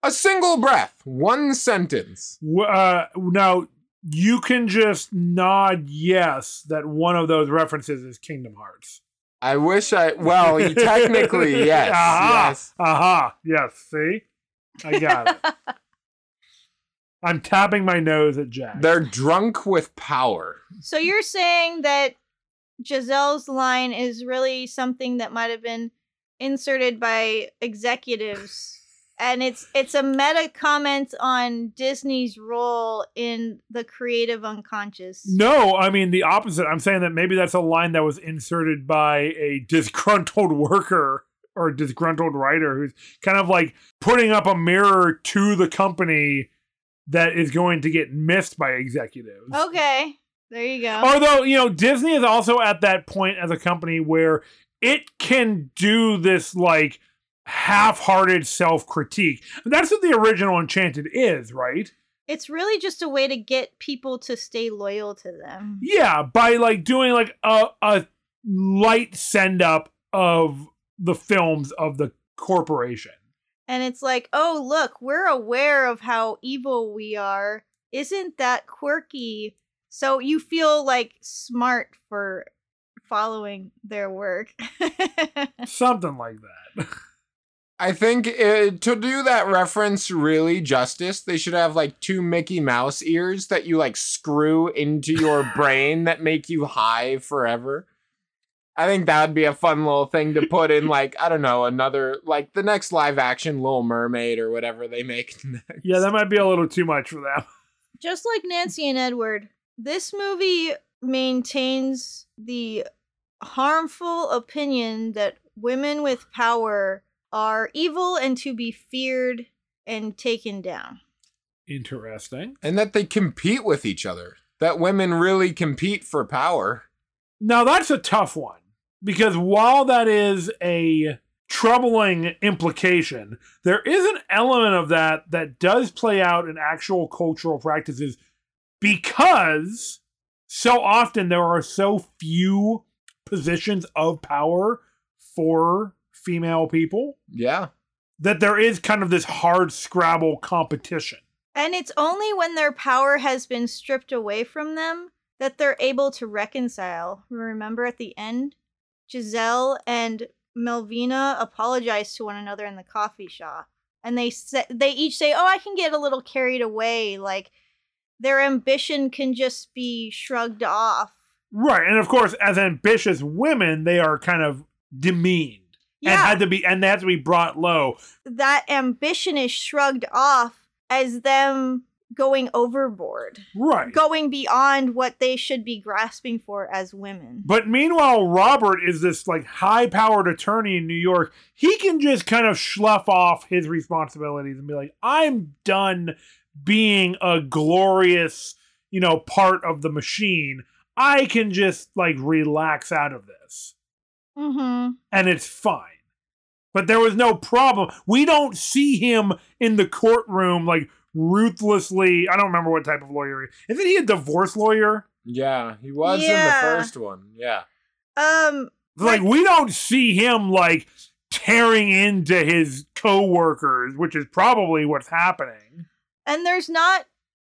A single breath, one sentence.
W- Uh, now, you can just nod yes that one of those references is Kingdom Hearts.
I wish I, well, technically, yes.
Aha,
yes.
aha, yes, see? I got it. I'm tapping my nose at Jack.
They're drunk with power.
So you're saying that Giselle's line is really something that might have been inserted by executives and it's it's a meta comment on Disney's role in the creative unconscious.
no, I mean the opposite. I'm saying that maybe that's a line that was inserted by a disgruntled worker or disgruntled writer who's kind of like putting up a mirror to the company that is going to get missed by executives.
Okay. There you go.
Although, you know, Disney is also at that point as a company where it can do this like half-hearted self-critique. That's what the original Enchanted is, right?
It's really just a way to get people to stay loyal to them.
Yeah, by like doing like a a light send up of the films of the corporation.
And it's like, "Oh, look, we're aware of how evil we are. Isn't that quirky?" So you feel like smart for following their work.
Something like that.
I think uh to do that reference really justice, they should have like two Mickey Mouse ears that you like screw into your brain that make you high forever. I think that would be a fun little thing to put in, like, I don't know, another, like the next live action Little Mermaid or whatever they make next.
Yeah, that might be a little too much for them.
Just like Nancy and Edward, this movie maintains the harmful opinion that women with power are evil and to be feared and taken down.
Interesting.
and that they compete with each other, that women really compete for power.
Now that's a tough one because while that is a troubling implication, there is an element of that that does play out in actual cultural practices because so often there are so few positions of power for female people
Yeah.
that there is kind of this hard scrabble competition.
And it's only when their power has been stripped away from them that they're able to reconcile. Remember at the end, Giselle and Melvina apologize to one another in the coffee shop, and they sa- they each say, "Oh, I can get a little carried away. Like their ambition can just be shrugged off."
Right. And of course, as ambitious women, they are kind of demeaned. And
Yeah,
had to be and they had to be brought low.
that ambition is shrugged off as them going overboard,
Right.
going beyond what they should be grasping for as women.
But meanwhile, Robert is this like high powered attorney in New York. He can just kind of slough off his responsibilities and be like, I'm done being a glorious, you know, part of the machine. I can just like relax out of this
Mm-hmm.
and it's fine. But there was no problem. We don't see him in the courtroom like ruthlessly. I don't remember what type of lawyer he is. Isn't he a divorce lawyer?
Yeah, he was
Yeah.
in the first one. Yeah.
Um,
Like
Right.
we don't see him like tearing into his coworkers, which is probably what's happening.
and there's not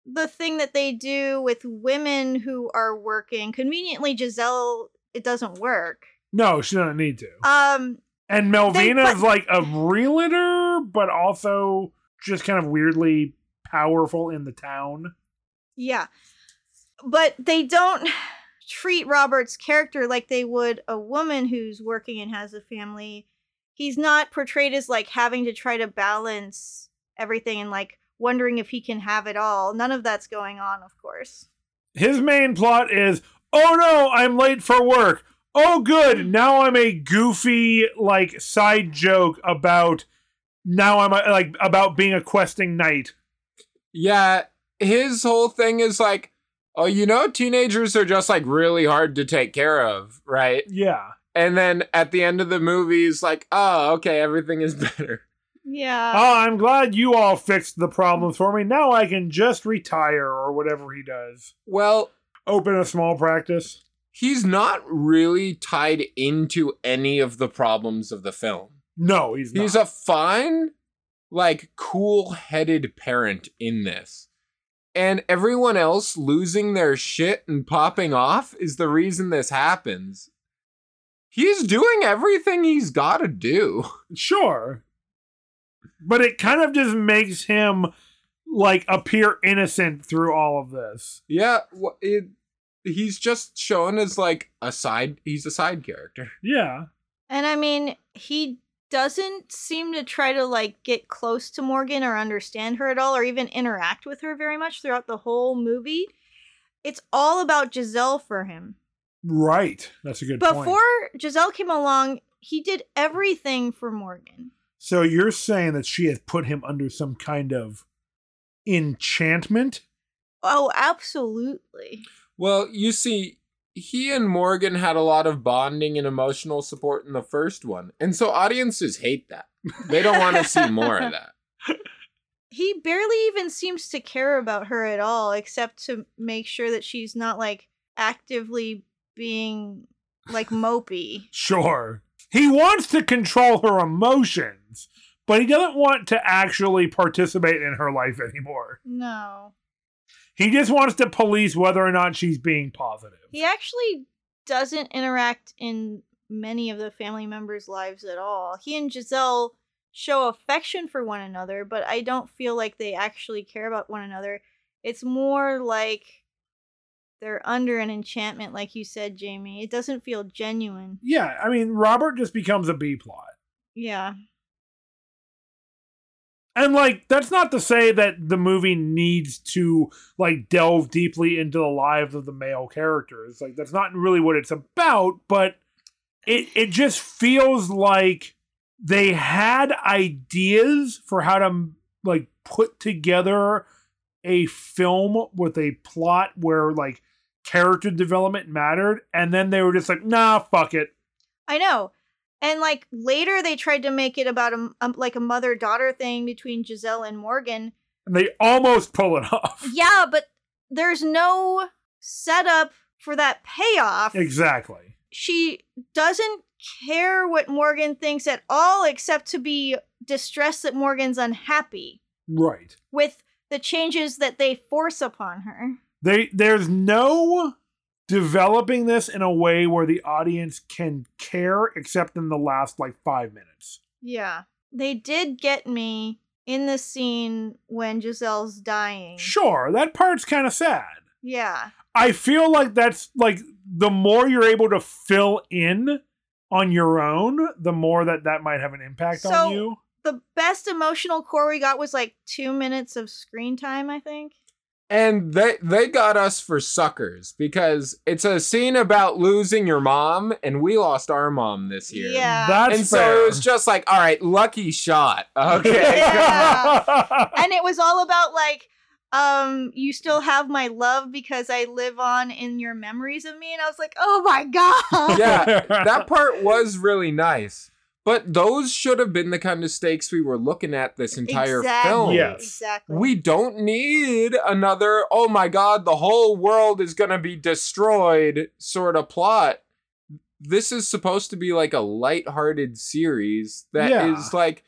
the thing that they do with women who are working. Conveniently, Giselle, it doesn't work.
No, she doesn't need to.
Um,
And Melvina
but-
is like a realtor, but also just kind of weirdly powerful in the town.
yeah, but they don't treat Robert's character like they would a woman who's working and has a family. He's not portrayed as like having to try to balance everything and like wondering if he can have it all. None of that's going on, of course.
his main plot is oh no i'm late for work oh good now i'm a goofy like side joke about now i'm a, like about being a questing knight
Yeah, his whole thing is like, oh, you know, teenagers are just like really hard to take care of, right?
yeah
And then at the end of the movie, he's like, oh, okay, everything is better.
Yeah.
oh i'm glad you all fixed the problems for me now i can just retire or whatever he does
Well,
open a small practice
he's not really tied into any of the problems of the film.
no he's not
He's a fine, like cool headed parent in this. And everyone else losing their shit and popping off is the reason this happens. He's doing everything he's got to do.
Sure. But it kind of just makes him like appear innocent through all of this.
Yeah, wh- it, he's just shown as like a side. He's a side character.
Yeah.
And I mean, he doesn't seem to try to like get close to Morgan or understand her at all or even interact with her very much throughout the whole movie. It's all about Giselle for him.
Right. That's a good point.
Before Giselle came along, he did everything for Morgan.
So you're saying that she has put him under some kind of enchantment?
Oh, absolutely.
Well, you see, he and Morgan had a lot of bonding and emotional support in the first one, and so audiences hate that. They don't want to see more of that.
He barely even seems to care about her at all except to make sure that she's not like actively being like mopey.
Sure. He wants to control her emotions, but he doesn't want to actually participate in her life anymore.
No.
He just wants to police whether or not she's being positive.
He actually doesn't interact in many of the family members' lives at all. He and Giselle show affection for one another, but I don't feel like they actually care about one another. It's more like they're under an enchantment, like you said, Jamie. It doesn't feel genuine.
Yeah, I mean, Robert just becomes a B plot.
Yeah.
And like that's not to say that the movie needs to like delve deeply into the lives of the male characters. Like that's not really what it's about, but it it just feels like they had ideas for how to like put together a film with a plot where like character development mattered and then they were just like, "Nah, fuck it."
I know. And like later they tried to make it about a, um like a mother-daughter thing between Giselle and Morgan,
And they almost pull it off.
Yeah, but there's no setup for that payoff.
Exactly.
She doesn't care what Morgan thinks at all, except to be distressed that Morgan's unhappy
Right.
with the changes that they force upon her.
They there's no developing this in a way where the audience can care, except in the last like five minutes.
Yeah. They did get me in the scene when Giselle's dying.
Sure, that part's kind of sad.
Yeah.
I feel like that's like the more you're able to fill in on your own, the more that that might have an impact
So-
on you.
The best emotional core we got was like two minutes of screen time, I think.
And they they got us for suckers because it's a scene about losing your mom, and we lost our mom this year.
Yeah.
That's
And so
fair.
it was just like, all right, lucky shot. Okay.
Yeah. and it was all about like um you still have my love because i live on in your memories of me and i was like oh my god
Yeah. that part was really nice. But those should have been the kind of stakes we were looking at this entire
exactly
film.
Yes.
exactly
We don't need another, oh my god, the whole world is going to be destroyed sort of plot. This is supposed to be like a lighthearted series that is
Yeah.
like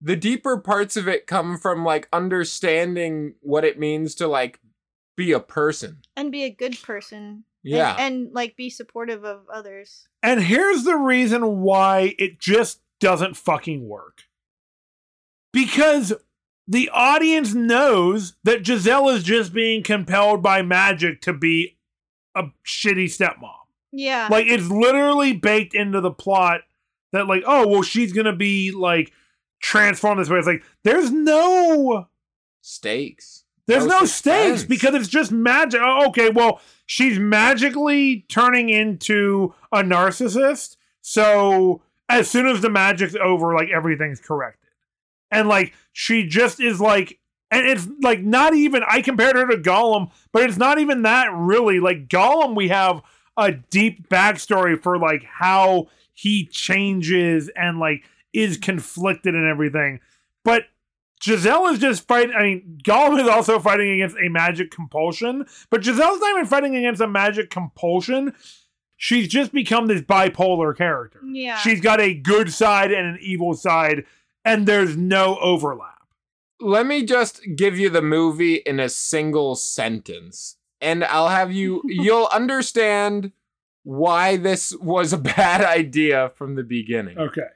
the deeper parts of it come from like understanding what it means to like be a person.
and be a good person And-
Yeah.
and, like be supportive of others
And here's the reason why it just doesn't fucking work. Because the audience knows that Giselle is just being compelled by magic to be a shitty stepmom.
yeah
Like it's literally baked into the plot that like, oh well, she's gonna be like transformed this way. It's like there's no
stakes.
there's
No
no stakes
suspense.
because it's just magic. Oh, okay, well, she's magically turning into a narcissist. So as soon as the magic's over, like everything's corrected. And like she just is like and it's like not even I compared her to Gollum, but it's not even that really. Like Gollum, we have a deep backstory for like how he changes and like is conflicted and everything. But Giselle is just fighting. I mean, Gollum is also fighting against a magic compulsion, but Giselle's not even fighting against a magic compulsion. She's just become this bipolar character.
yeah
She's got a good side and an evil side, and there's no overlap.
let me just give you the movie in a single sentence and i'll have you you'll understand why this was a bad idea from the beginning
Okay.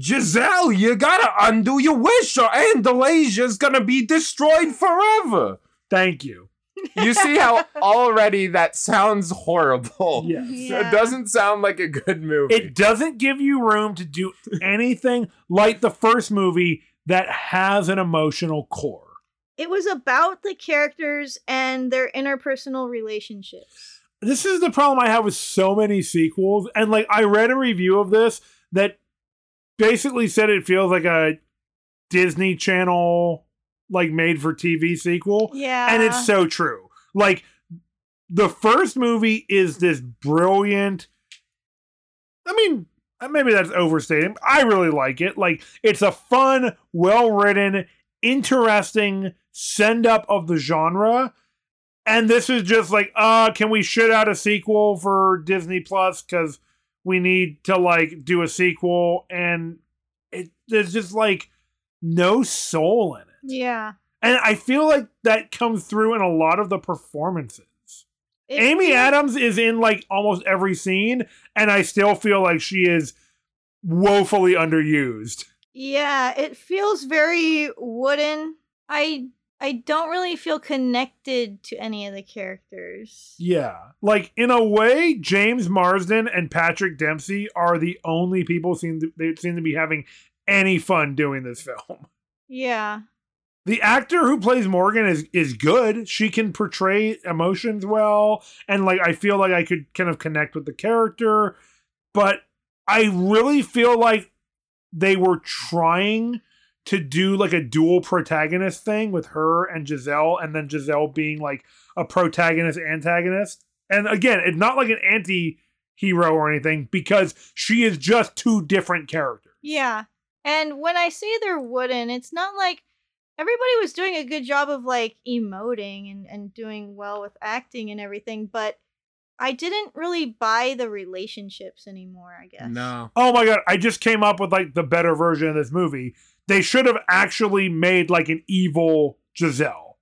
giselle you gotta undo your wish or andalasia's gonna be destroyed forever
Thank you.
you see how already that sounds horrible
Yes.
Yeah.
it doesn't sound like a good movie
It doesn't give you room to do anything like the first movie that has an emotional core.
it was about the characters and their interpersonal relationships
this is the problem I have with so many sequels. And like I read a review of this that basically said it feels like a Disney Channel like made for TV
Oh,
sequel.
yeah
And it's so true. Like the first movie is this brilliant I mean maybe that's overstating. I really like it. Like it's a fun, well-written, interesting send up of the genre. And this is just like, uh, can we shit out a sequel for Disney Plus cuz we need to like do a sequel and it there's just like no soul in it.
yeah
And I feel like that comes through in a lot of the performances.
It-
Amy Adams is in like almost every scene, and I still feel like she is woefully underused.
Yeah, it feels very wooden. I I don't really feel connected to any of the characters.
Yeah. Like in a way, James Marsden and Patrick Dempsey are the only people seem to, they seem to be having any fun doing this film.
Yeah.
The actor who plays Morgan is is good. She can portray emotions well, and like I feel like I could kind of connect with the character, but I really feel like they were trying to do like a dual protagonist thing with her and Giselle, and then Giselle being like a protagonist antagonist. And again, it's not like an anti hero or anything because she is just two different characters.
Yeah. And when I say they're wooden, it's not like everybody was doing a good job of like emoting and, and doing well with acting and everything, but I didn't really buy the relationships anymore, I guess.
no
oh my god i just came up with like the better version of this movie they should have actually made like an evil giselle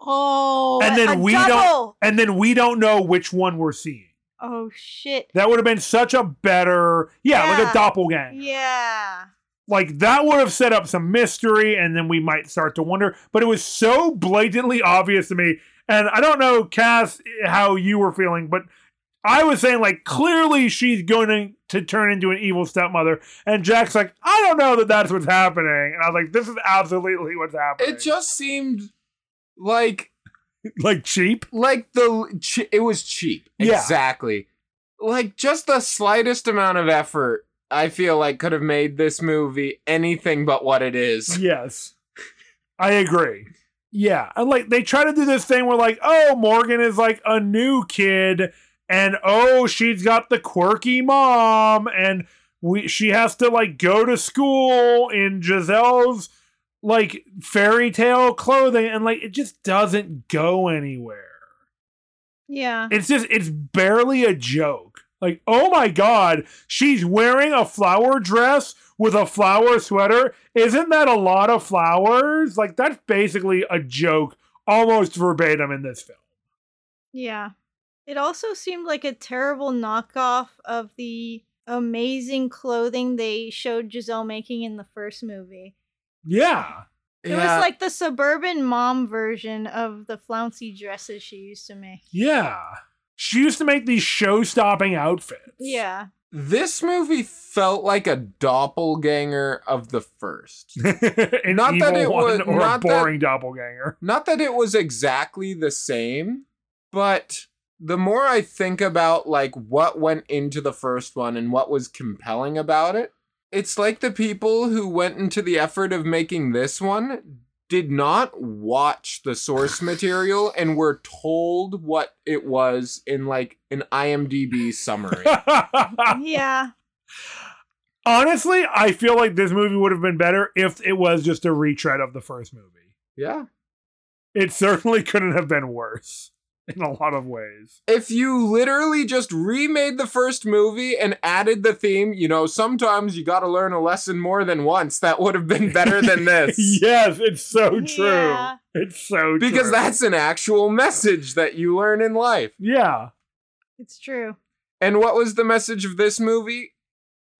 Oh,
And
a-
then
a
we don't-
double!
And then we don't know which one we're seeing.
Oh shit!
That would have been such a better, yeah, like
Yeah.
a doppelganger.
Yeah.
Like that would have set up some mystery, and then we might start to wonder. But it was so blatantly obvious to me, and I don't know, Cass, how you were feeling, but I was saying like clearly she's going to turn into an evil stepmother, and Jack's like, I don't know that that's what's happening, and I was like, this is absolutely what's happening.
It just seemed like
like cheap.
like the che- it was cheap.
Yeah.
Exactly. Like just the slightest amount of effort I feel like could have made this movie anything but what it is.
Yes. I agree. Yeah. And like they try to do this thing where like, oh, Morgan is like a new kid and oh, she's got the quirky mom and we she has to like go to school in Giselle's like fairy tale clothing and like it just doesn't go anywhere.
Yeah.
It's just it's barely a joke. Like, oh my god, she's wearing a flower dress with a flower sweater. Isn't that a lot of flowers? Like that's basically a joke almost verbatim in this film.
Yeah. It also seemed like a terrible knockoff of the amazing clothing they showed Giselle making in the first movie.
Yeah.
It was like the suburban mom version of the flouncy dresses she used to make.
Yeah. She used to make these show-stopping outfits.
Yeah.
this movie felt like a doppelganger of the first.
An
Not
evil
that it
one
was-
or a
not that-
boring doppelganger.
Not that it was exactly the same, but the more I think about like what went into the first one and what was compelling about it, it's like the people who went into the effort of making this one did not watch the source material and were told what it was in like an IMDb summary.
Yeah.
Honestly, I feel like this movie would have been better if it was just a retread of the first movie.
yeah.
it certainly couldn't have been worse in a lot of ways.
If you literally just remade the first movie and added the theme, you know, sometimes you got to learn a lesson more than once. That would have been better than this.
yes, it's so true.
Yeah.
It's so true.
Because that's an actual message that you learn in life.
yeah,
It's true.
And what was the message of this movie?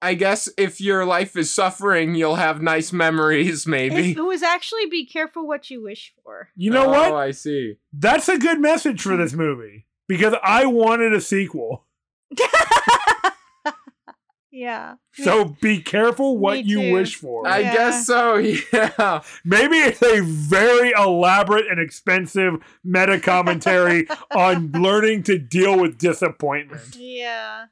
I guess if your life is suffering, you'll have nice memories, maybe.
It, it was actually be careful what you wish for.
you know
Oh,
what?
I see.
That's a good message for this movie because I wanted a sequel.
Yeah.
So be careful what
Me
you
too.
wish for.
I
Yeah.
guess so, yeah.
Maybe it's a very elaborate and expensive meta commentary on learning to deal with disappointment.
Yeah.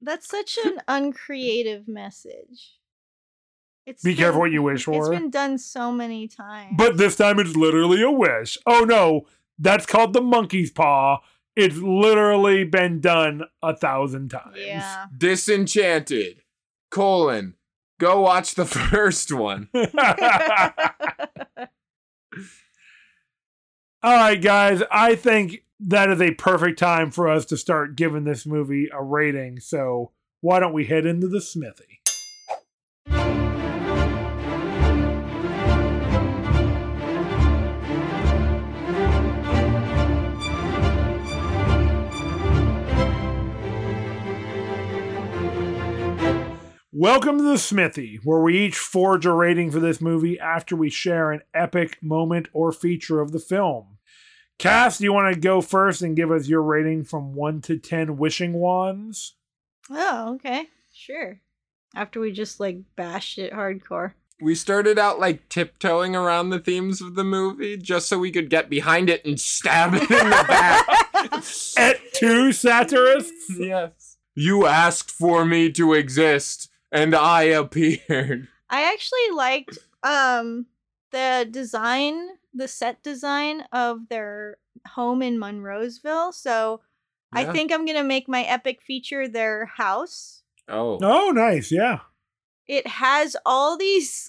That's such an uncreative message. It's
Be careful what
been-
you wish
It's
for.
been done so many times.
But this time it's literally a wish. Oh no, that's called the monkey's paw. It's literally been done a thousand times.
yeah.
Disenchanted. Colon. Go watch the first one.
All right, guys, I think that is a perfect time for us to start giving this movie a rating. So why don't we head into the smithy? Welcome to the Smithy, where we each forge a rating for this movie after we share an epic moment or feature of the film. Cass, do you want to go first and give us your rating from 1 to 10 wishing wands?
oh, okay. Sure. After we just like bashed it hardcore.
We started out like tiptoeing around the themes of the movie just so we could get behind it and stab it in the back.
At two satirists?
yes. You asked for me to exist, and I appeared.
I actually liked um the design, the set design of their home in Monroeville. So I
Yeah.
think I'm gonna make my epic feature their house.
Oh.
Oh, nice. Yeah.
It has all these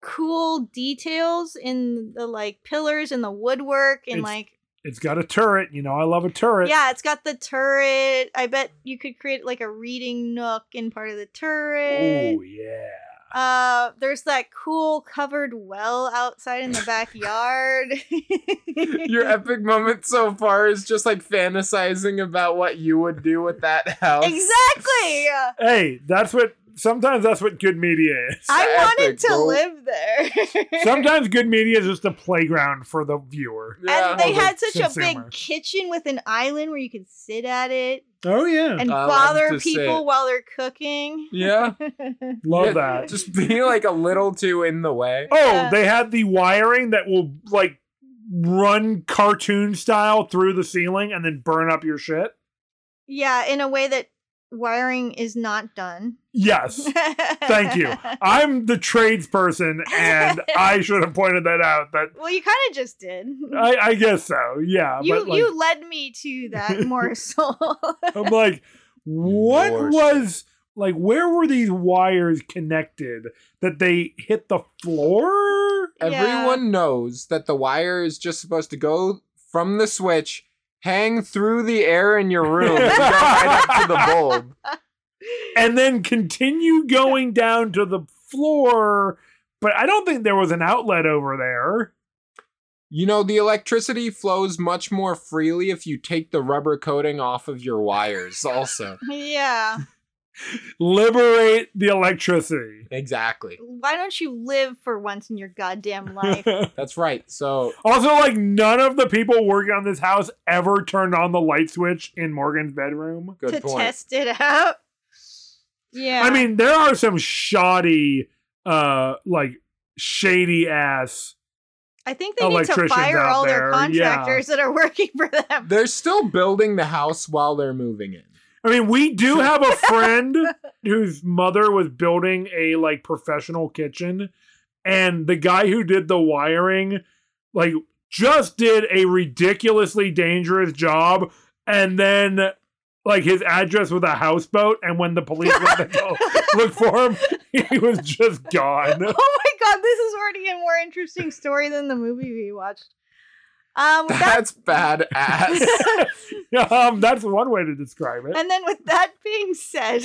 cool details in the like pillars and the woodwork and
It's-
like
It's got a turret. You know, I love a turret.
Yeah, it's got the turret. I bet you could create like a reading nook in part of the turret.
Oh, yeah.
Uh, there's that cool covered well outside in the backyard.
Your epic moment so far is just like fantasizing about what you would do with that house.
exactly.
Hey, that's what sometimes that's what good media is.
I wanted
epic,
to
bro.
live there.
Sometimes good media is just a playground for the viewer.
Yeah.
and they
Or the
had such a
consumer.
big kitchen with an island where you could sit at it
Oh yeah,
and
I love
bother
to sit.
people while they're cooking.
yeah.
love
Yeah,
that.
Just be like a little too in the way.
Oh,
Yeah.
they had the wiring that will like run cartoon style through the ceiling and then burn up your shit.
Yeah, in a way that wiring is not done.
Yes. Thank you. I'm the tradesperson and I should have pointed that out that
Well, you kind of just did.
Uh,
I, I guess so. Yeah.
you
but like,
you led me to that morsel.
I'm like, what
Your
was like where were these wires connected that they hit the floor?
Yeah.
Everyone knows that the wire is just supposed to go from the switch, hang through the air in your room, and go right up to the bulb.
and then continue going down to the floor. But I don't think there was an outlet over there.
You know, the electricity flows much more freely if you take the rubber coating off of your wires, also.
yeah.
Liberate the electricity.
exactly.
Why don't you live for once in your goddamn life?
also,
That's right. So,
like none of the people working on this house ever turned on the light switch in Morgan's bedroom.
good
to
point.
test it out. Yeah.
I mean, there are some shoddy, uh, like shady ass.
I think they need to
electricians
fire
out
all
there,
their
yeah.
contractors that are working for them.
They're still building the house while they're moving in.
I mean, we do have a friend whose mother was building a like professional kitchen, and the guy who did the wiring, like, just did a ridiculously dangerous job, and then like his address was a houseboat, and when the police went to go look for him, he was just gone.
oh my god, this is already a more interesting story than the movie we watched. Um, with that,
That's badass.
um, that's one way to describe it.
and then with that being said,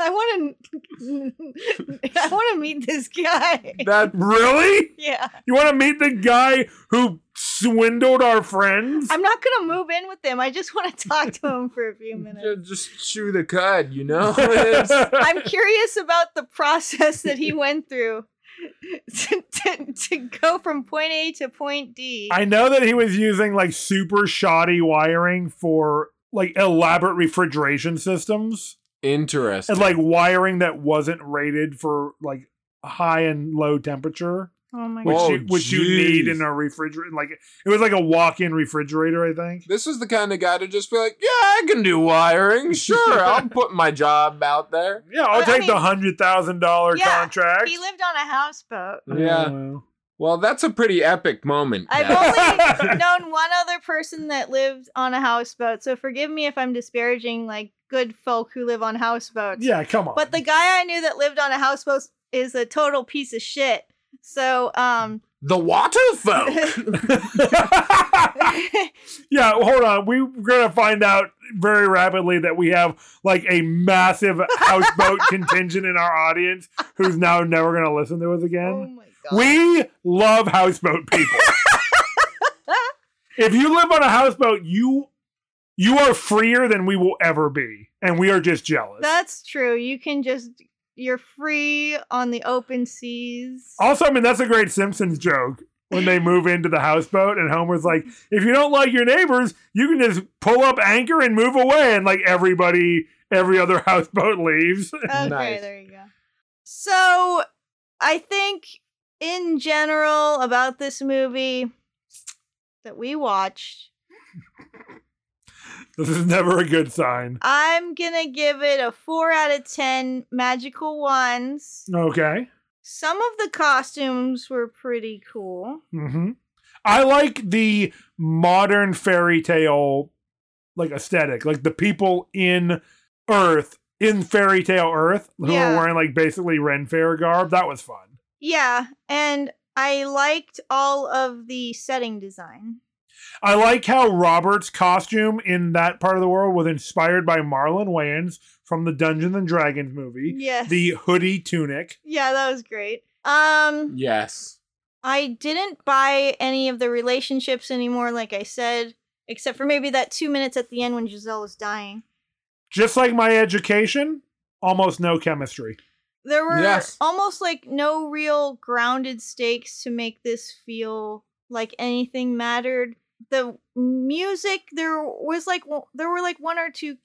I want to, I want to meet this guy.
that
Really?
yeah,
You want to meet the guy who swindled our friends?
I'm not gonna move in with him. I just want to talk to him for a few minutes.
Ju- just chew the cud, you know? It's-
I'm curious about the process that he went through to, to, to go from point A to point D.
I know that he was using like super shoddy wiring for like elaborate refrigeration systems
Interesting.
and like wiring that wasn't rated for like high and low temperature,
oh my
which
Whoa,
you, which you
jeez.
need in a refrigerator. Like it was like a walk-in refrigerator, I think.
this was the kind of guy to just be like, yeah, I can do wiring. Sure, I'll put my job out there.
Yeah, I'll
I
take the
mean-
hundred thousand dollar
Yeah,
contract.
He lived on a houseboat.
Yeah. Well, that's a pretty epic moment.
I've
Matt.
only known one other person that lived on a houseboat, so forgive me if I'm disparaging like good folk who live on houseboats.
yeah, come on.
But the guy I knew that lived on a houseboat is a total piece of shit. So, um,
the water
Oh.
folk.
Yeah, well, hold on. We- We're gonna find out very rapidly that we have like a massive houseboat contingent in our audience who's now never gonna listen to us
oh
again.
my god.
we love houseboat people. if you live on a houseboat, you you are freer than we will ever be, and we are just jealous.
That's true. You can just you're free on the open seas.
also, I mean, that's a great Simpsons joke when they move into the houseboat, and Homer's like, if you don't like your neighbors, you can just pull up anchor and move away. And like everybody, every other houseboat leaves.
Okay,
Nice.
there you go. So, I think in general about this movie that we watched,
this is never a good sign.
I'm gonna give it a four out of ten magical wands.
Okay.
Some of the costumes were pretty cool.
hmm I like the modern fairy tale like aesthetic, like the people in Earth, in fairy tale Earth, who are
Yeah.
wearing like basically Ren Fair garb. That was fun.
Yeah, and I liked all of the setting design.
I like how Robert's costume in that part of the world was inspired by Marlon Wayans from the Dungeons and Dragons movie.
Yes.
The hoodie tunic.
yeah, that was great. Um,
Yes.
I didn't buy any of the relationships anymore, like I said, except for maybe that two minutes at the end when Giselle was dying.
Just like my education, almost no chemistry.
There were
Yes.
almost like no real grounded stakes to make this feel like anything mattered. The music there was like w- there were like one or two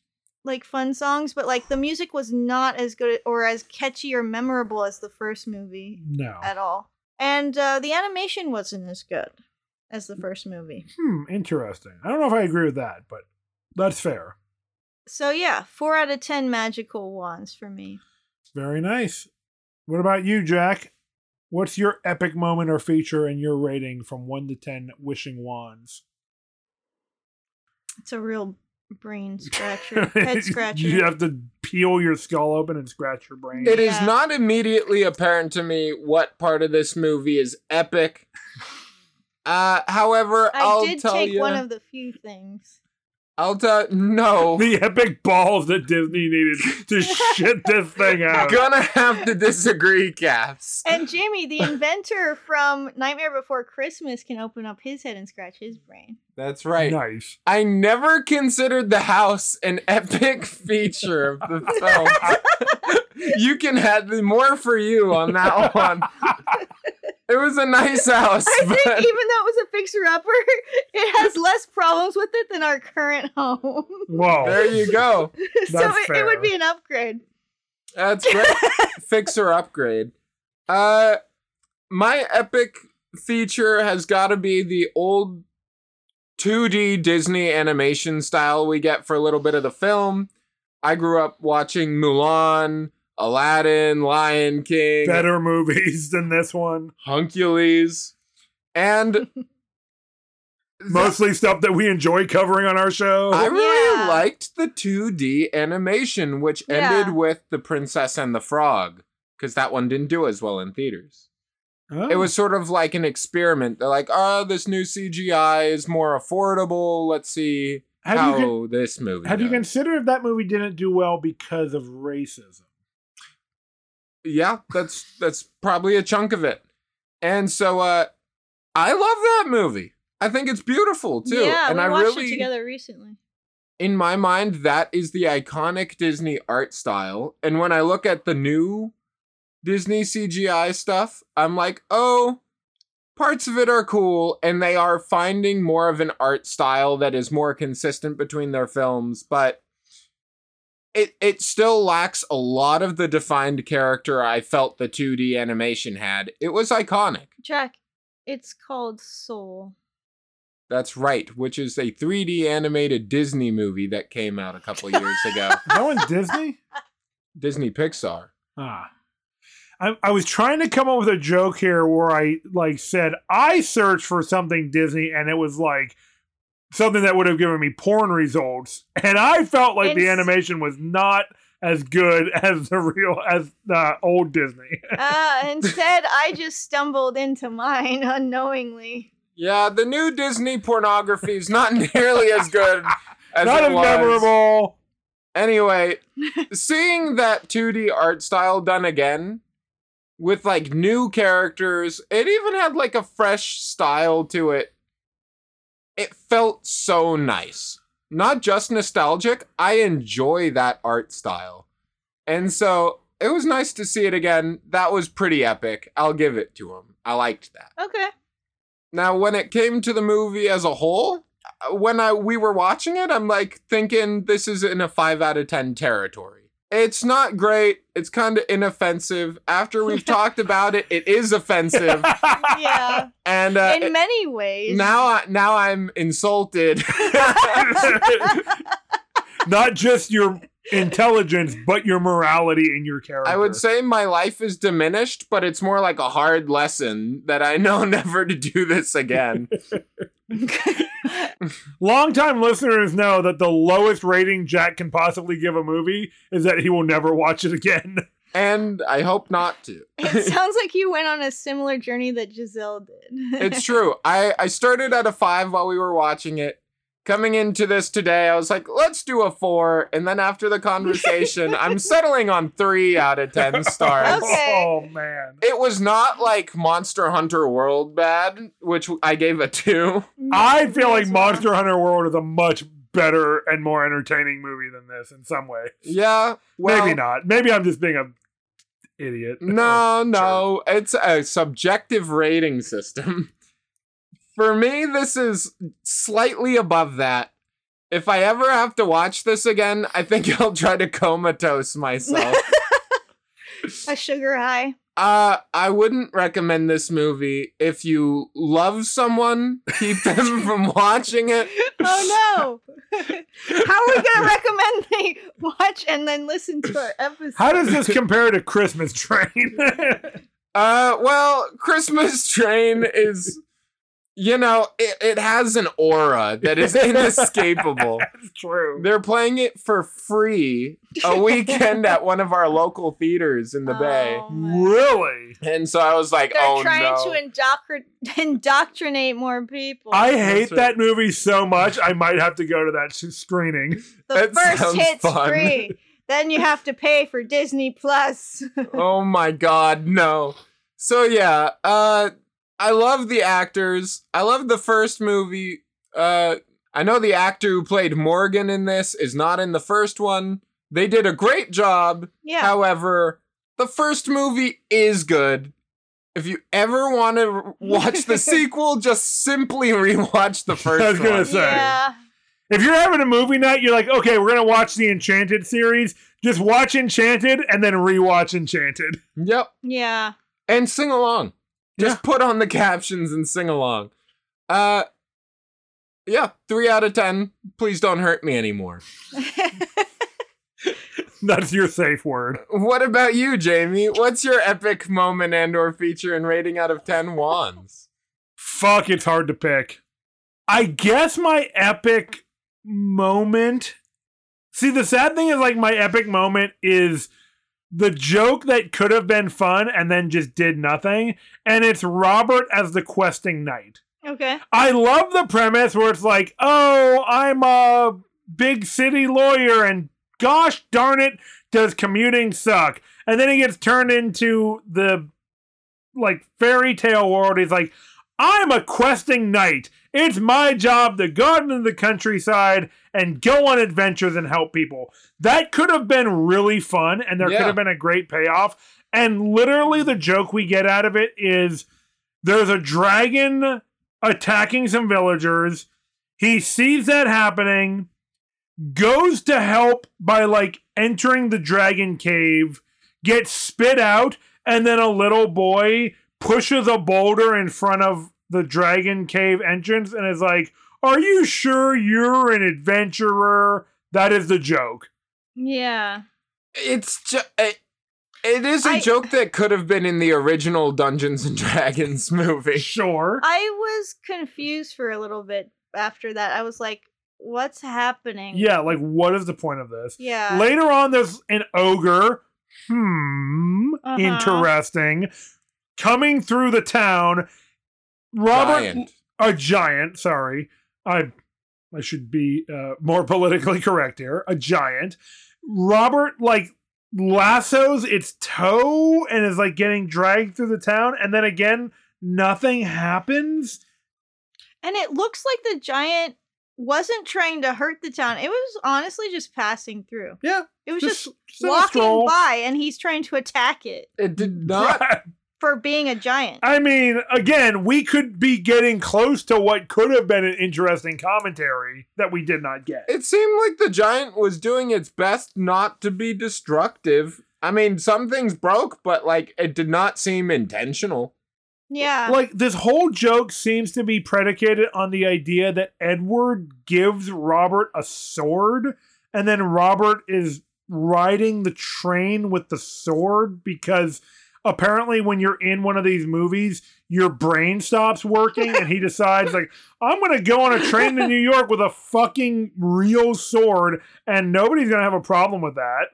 like fun songs, but like the music was not as good or as catchy or memorable as the first movie
No.
at all. And uh, the animation wasn't as good as the first movie.
Hmm, interesting. I don't know if I agree with that, but that's fair.
So yeah, 4 out of 10 magical wands for me.
Very nice. What about you, Jack? What's your epic moment or feature in your rating from 1 to 10 wishing wands?
It's a real brain scratcher, head scratcher.
you have to peel your skull open and scratch your brain.
It is
Yeah.
not immediately apparent to me what part of this movie is epic. Uh, however,
I
will
did
tell
take
you.
one of the few things.
I'll tell. No,
the epic balls that Disney needed to shit this thing out.
gonna have to disagree, Cass.
And Jamie, the inventor from Nightmare Before Christmas, can open up his head and scratch his brain.
That's right.
Nice.
I never considered the house an epic feature of the film. you can have the more for you on that one. It was a nice house,
I think even though
but
it was a fixer upper, it has less problems with it than our current home.
Whoa.
there you go.
so
That's
it, it
fair.
would be an upgrade.
That's great. Fixer upgrade. Uh, my epic feature has got to be the old 2D Disney animation style we get for a little bit of the film. I grew up watching Mulan, Aladdin, Lion King,
Better movies than this one.
Huncules, and
Mostly stuff that we enjoy covering on our show.
I really
Oh, Yeah.
liked the 2D animation, which
Yeah.
ended with The Princess and the Frog, because that one didn't do as well in theaters.
Oh.
It was sort of like an experiment. They're like, oh, this new CGI is more affordable. Let's see
Have you
how
con-
this movie.
Have you
does."
considered if that movie didn't do well because of racism?
yeah, that's that's probably a chunk of it. And so, uh, I love that movie. I think it's beautiful too.
Yeah,
and
we
I
watched
really,
it together recently.
in my mind, that is the iconic Disney art style. And when I look at the new Disney CGI stuff, I'm like, oh, parts of it are cool, and they are finding more of an art style that is more consistent between their films, but it it still lacks a lot of the defined character I felt the 2D animation had. It was iconic.
Jack, it's called Soul.
That's right, which is a 3D animated Disney movie that came out a couple years ago.
That one Disney?
Disney Pixar.
Ah. I, I was trying to come up with a joke here where I like said I searched for something Disney and it was like something that would have given me porn results and I felt like the
Ins-
animation was not as good as the real as the old Disney.
Uh, instead, I just stumbled into mine unknowingly.
Yeah, the new Disney pornography is not nearly as good as
not
it
as
was.
memorable.
Anyway, seeing that 2D art style done again with like new characters, it even had like a fresh style to it. It felt so nice. Not just nostalgic, I enjoy that art style. And so it was nice to see it again. That was pretty epic. I'll give it to him. I liked that.
Okay.
Now, when it came to the movie as a whole, uh, when I we were watching it, I'm like thinking this is in a five out of ten territory. It's not great. It's kind of inoffensive. After we've talked about it, it is offensive,
Yeah.
and uh,
In many ways.
now I, now I'm insulted.
not just your intelligence, but your morality and your character.
I would say my life is diminished, but it's more like a hard lesson that I know never to do this again.
Longtime listeners know that the lowest rating Jack can possibly give a movie is that he will never watch it again.
and I hope not to.
It sounds like you went on a similar journey that Giselle did.
it's true. I, I started at a five while we were watching it. Coming into this today, I was like, let's do a four. And then after the conversation, I'm settling on three out of 10 stars.
Okay.
Oh man.
It was not like Monster Hunter World bad, which I gave a two.
I feel like Monster Hunter World is a much better and more entertaining movie than this in some way.
Yeah. Well,
Maybe not. Maybe I'm just being a idiot.
No, no. It's a subjective rating system. For me, this is slightly above that. If I ever have to watch this again, I think I'll try to comatose myself.
A sugar high.
uh, I wouldn't recommend this movie. If you love someone, keep them from watching it.
Oh no! How are we gonna recommend they watch and then listen to our episode?
How does this compare to Christmas Train?
Uh, well, Christmas Train is, you know, it, it has an aura that is inescapable.
That's true.
They're playing it for free a weekend at one of our local theaters in the Bay.
Oh, my-
Really?
And so I was like,
They're
oh
trying
no.
to indoctr- indoctrinate more people.
I hate
right.
that movie so much. I might have to go to that sh- screening.
the
That
first
sounds
hit's
fun.
free. Then you have to pay for Disney Plus.
oh my god, no. So yeah, uh I love the actors. I love the first movie. Uh I know the actor who played Morgan in this is not in the first one. They did a great job.
yeah.
However, the first movie is good. If you ever want to watch the sequel, just simply rewatch the first
I was gonna
one.
say.
yeah.
If you're having a movie night, you're like, okay, we're gonna watch the Enchanted series. Just watch Enchanted and then rewatch Enchanted.
Yep.
Yeah.
And sing along. Just
Yeah.
put on the captions and sing along. Uh yeah, three out of ten. Please don't hurt me anymore.
That's your safe word.
What about you, Jamie? What's your epic moment and or feature and rating out of ten wands?
Fuck, it's hard to pick. I guess my epic moment. See, the sad thing is, like, my epic moment is the joke that could have been fun and then just did nothing. And it's Robert as the questing knight.
Okay.
I love the premise where it's like, oh, I'm a big city lawyer, and gosh darn it, does commuting suck? And then he gets turned into the like fairy tale world. He's like, I'm a questing knight. It's my job to go out into the countryside and go on adventures and help people. That could have been really fun, and there
Yeah.
could have been a great payoff. And literally, the joke we get out of it is there's a dragon attacking some villagers. He sees that happening, goes to help by like entering the dragon cave, gets spit out, and then a little boy pushes a boulder in front of the dragon cave entrance and is like, Are you sure you're an adventurer? That is the joke.
Yeah.
It's just it, it is a
I-
joke that could have been in the original Dungeons and Dragons movie.
Sure.
I was confused for a little bit after that. I was like, what's happening?
Yeah, like, what is the point of this?
Yeah.
Later on, there's an ogre. Hmm.
Uh-huh.
Interesting. Coming through the town. Robert,
Giant.
a giant. Sorry, I I should be uh, more politically correct here. A giant. Robert like lassos its toe and is like getting dragged through the town, and then again nothing happens.
And it looks like the giant wasn't trying to hurt the town. It was honestly just passing through.
Yeah,
It was just,
just a
walking
stroll.
by and he's trying to attack it
It did not.
for being a giant.
I mean, again, we could be getting close to what could have been an interesting commentary that we did not get.
It seemed like the giant was doing its best not to be destructive. I mean, some things broke, but like it did not seem intentional.
yeah.
like this whole joke seems to be predicated on the idea that Edward gives Robert a sword and then Robert is riding the train with the sword because apparently when you're in one of these movies your brain stops working and he decides like I'm going to go on a train to New York with a fucking real sword and nobody's going to have a problem with that.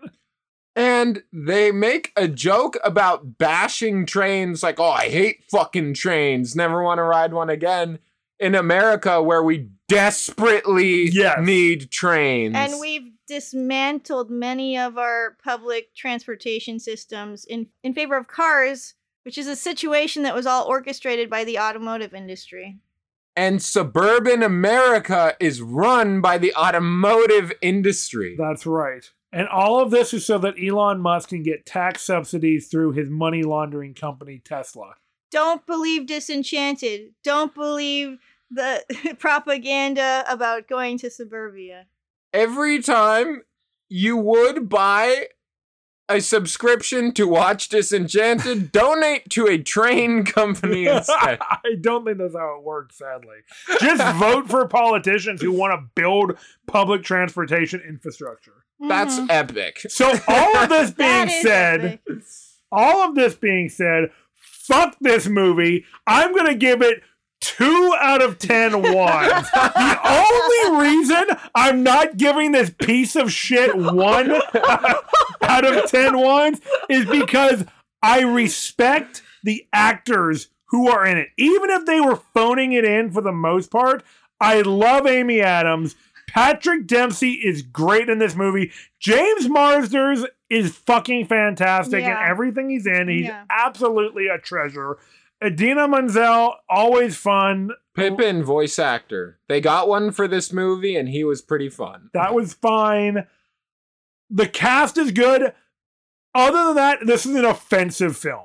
And they make a joke about bashing trains, like, oh, I hate fucking trains, never want to ride one again. In America, where we desperately
Yes.
need trains.
And we've dismantled many of our public transportation systems in, in favor of cars, which is a situation that was all orchestrated by the automotive industry.
and suburban America is run by the automotive industry.
That's right. And all of this is so that Elon Musk can get tax subsidies through his money laundering company, Tesla.
Don't believe Disenchanted. Don't believe the propaganda about going to suburbia.
Every time you would buy a subscription to watch Disenchanted, donate to a train company instead.
I don't think that's how it works, sadly. Just vote for politicians who want to build public transportation infrastructure.
That's
Mm.
Mhm.
epic.
So all of this being
That is
said,
epic.
all of this being said, fuck this movie. I'm going to give it two out of ten wands. the only reason I'm not giving this piece of shit one out of ten wands is because I respect the actors who are in it. Even if they were phoning it in for the most part, I love Amy Adams. Patrick Dempsey is great in this movie. James Marsders is fucking fantastic
Yeah.
in everything he's in. He's
Yeah.
absolutely a treasure. Adina Menzel, always fun.
Pippin voice actor. They got one for this movie and he was pretty fun.
That was fine. The cast is good. Other than that, this is an offensive film.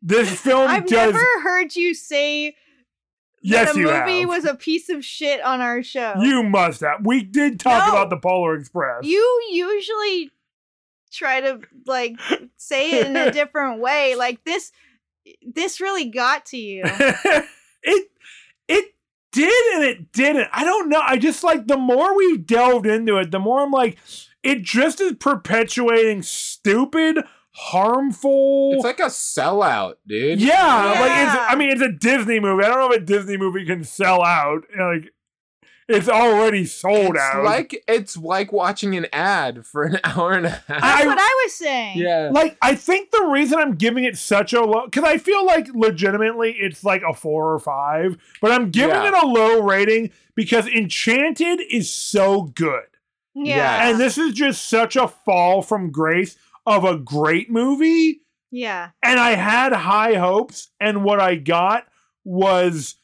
This film
I've
does
never heard you say
yes,
that a
you
movie
have.
was a piece of shit on our show.
you must have. We did talk
No.
about the Polar Express.
you usually try to like say it in a different way. Like this this really got to you.
it it did and it didn't. I don't know. I just like the more we delved into it, the more I'm like, it just is perpetuating stupid, harmful.
It's like a sellout, dude.
yeah, like it's. I
Yeah.
mean, it's a Disney movie. I don't know if a Disney movie can sell out. Like, it's already sold
it's
out.
like it's like watching an ad for an hour and a half.
That's
I-
what I was saying.
yeah.
like I think the reason I'm giving it such a low because I feel like legitimately it's like a four or five, but I'm giving
Yeah.
it a low rating because Enchanted is so good,
Yeah.
Yeah.
and this is just such a fall from grace of a great movie.
yeah.
And I had high hopes, and what I got was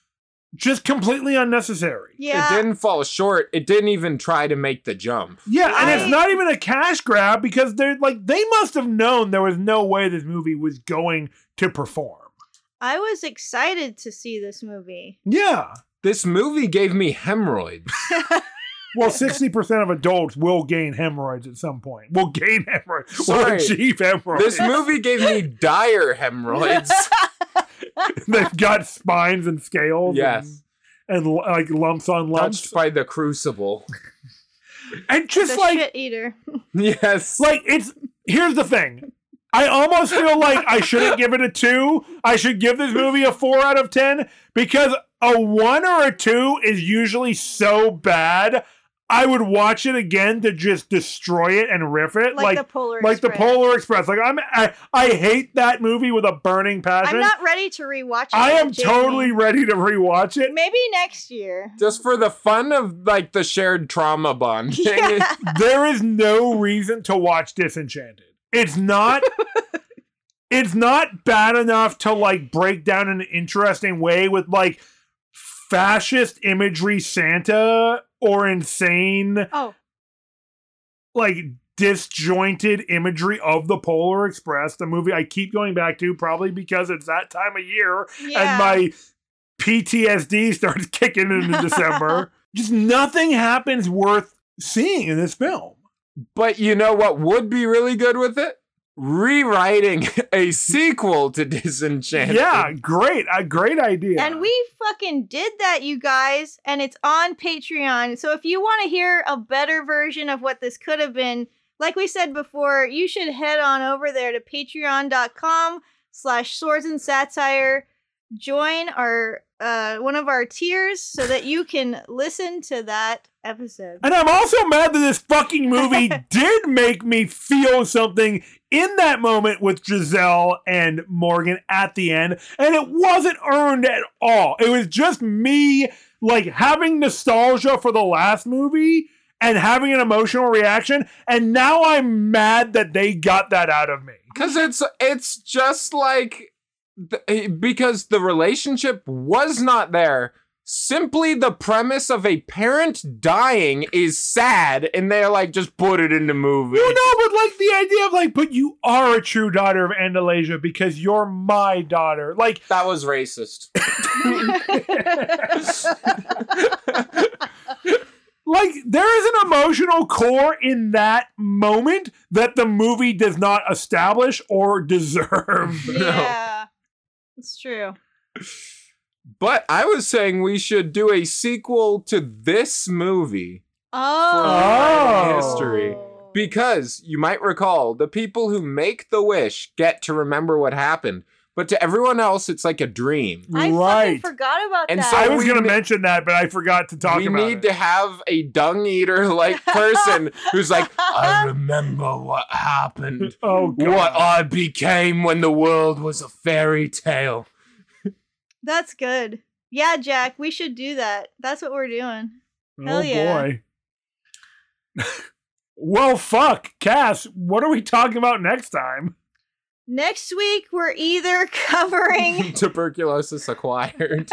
just completely unnecessary.
Yeah.
It didn't fall short. It didn't even try to make the jump.
Yeah, and it's
I-
not even a cash grab because they're like they must have known there was no way this movie was going to perform.
I was excited to see this movie.
Yeah.
This movie gave me hemorrhoids.
Well, sixty percent of adults will gain hemorrhoids at some point. Will gain hemorrhoids. Will
Sorry.
achieve hemorrhoids.
This movie gave me dire hemorrhoids.
They've got spines and scales.
Yes.
And, and like lumps on lumps,
Touched by the crucible.
and just
the
like
shit eater.
Yes.
like it's here's the thing. I almost feel like I shouldn't give it a two. I should give this movie a four out of ten because a one or a two is usually so bad. I would watch it again to just destroy it and riff it,
Like,
like
the polar
like the
Express.
Polar Express. Like I'm, I, I hate that movie with a burning passion.
I'm not ready to rewatch it.
I am
Jamie.
totally ready to rewatch it.
Maybe next year.
Just for the fun of like the shared trauma bond.
Yeah.
there is no reason to watch Disenchanted. It's not. it's not bad enough to like break down in an interesting way with like fascist imagery, Santa, or insane
Oh,
like disjointed imagery of the Polar Express, the movie I keep going back to, probably because it's that time of year
yeah.
and my PTSD starts kicking in in December. Just nothing happens worth seeing in this film.
But you know what would be really good with it? Rewriting a sequel to Disenchanted.
Yeah, great, a great idea.
And we fucking did that, you guys, and it's on Patreon. So if you want to hear a better version of what this could have been, like we said before, you should head on over there to patreon.com slash swords and satire. Join our uh, one of our tiers so that you can listen to that episode.
And I'm also mad that this fucking movie did make me feel something in that moment with Giselle and Morgan at the end. And it wasn't earned at all. It was just me like having nostalgia for the last movie and having an emotional reaction. And now I'm mad that they got that out of me.
Because it's it's just like th- because the relationship was not there. Simply the premise of a parent dying is sad, and they're like, just put it in the movie.
Well, no, but like the idea of like, but you are a true daughter of Andalasia because you're my daughter. Like,
That was racist.
like there is an emotional core in that moment that the movie does not establish or deserve.
Yeah, it's true.
But I was saying we should do a sequel to this movie
Oh,
history. because you might recall the people who make the wish get to remember what happened, but to everyone else, it's like a dream.
I
right.
fucking forgot about
And
that.
so
I was
We
going to
ne-
mention that, but I forgot to talk
we
about
need
it.
to have a dung eater like person who's like, I remember what happened,
oh god.
what I became when the world was a fairy tale.
That's good. Yeah, Jack, we should do that. That's what we're doing.
oh
Hell yeah.
boy. well, fuck, Cass. What are we talking about next time?
Next week, we're either covering,
Tuberculosis acquired.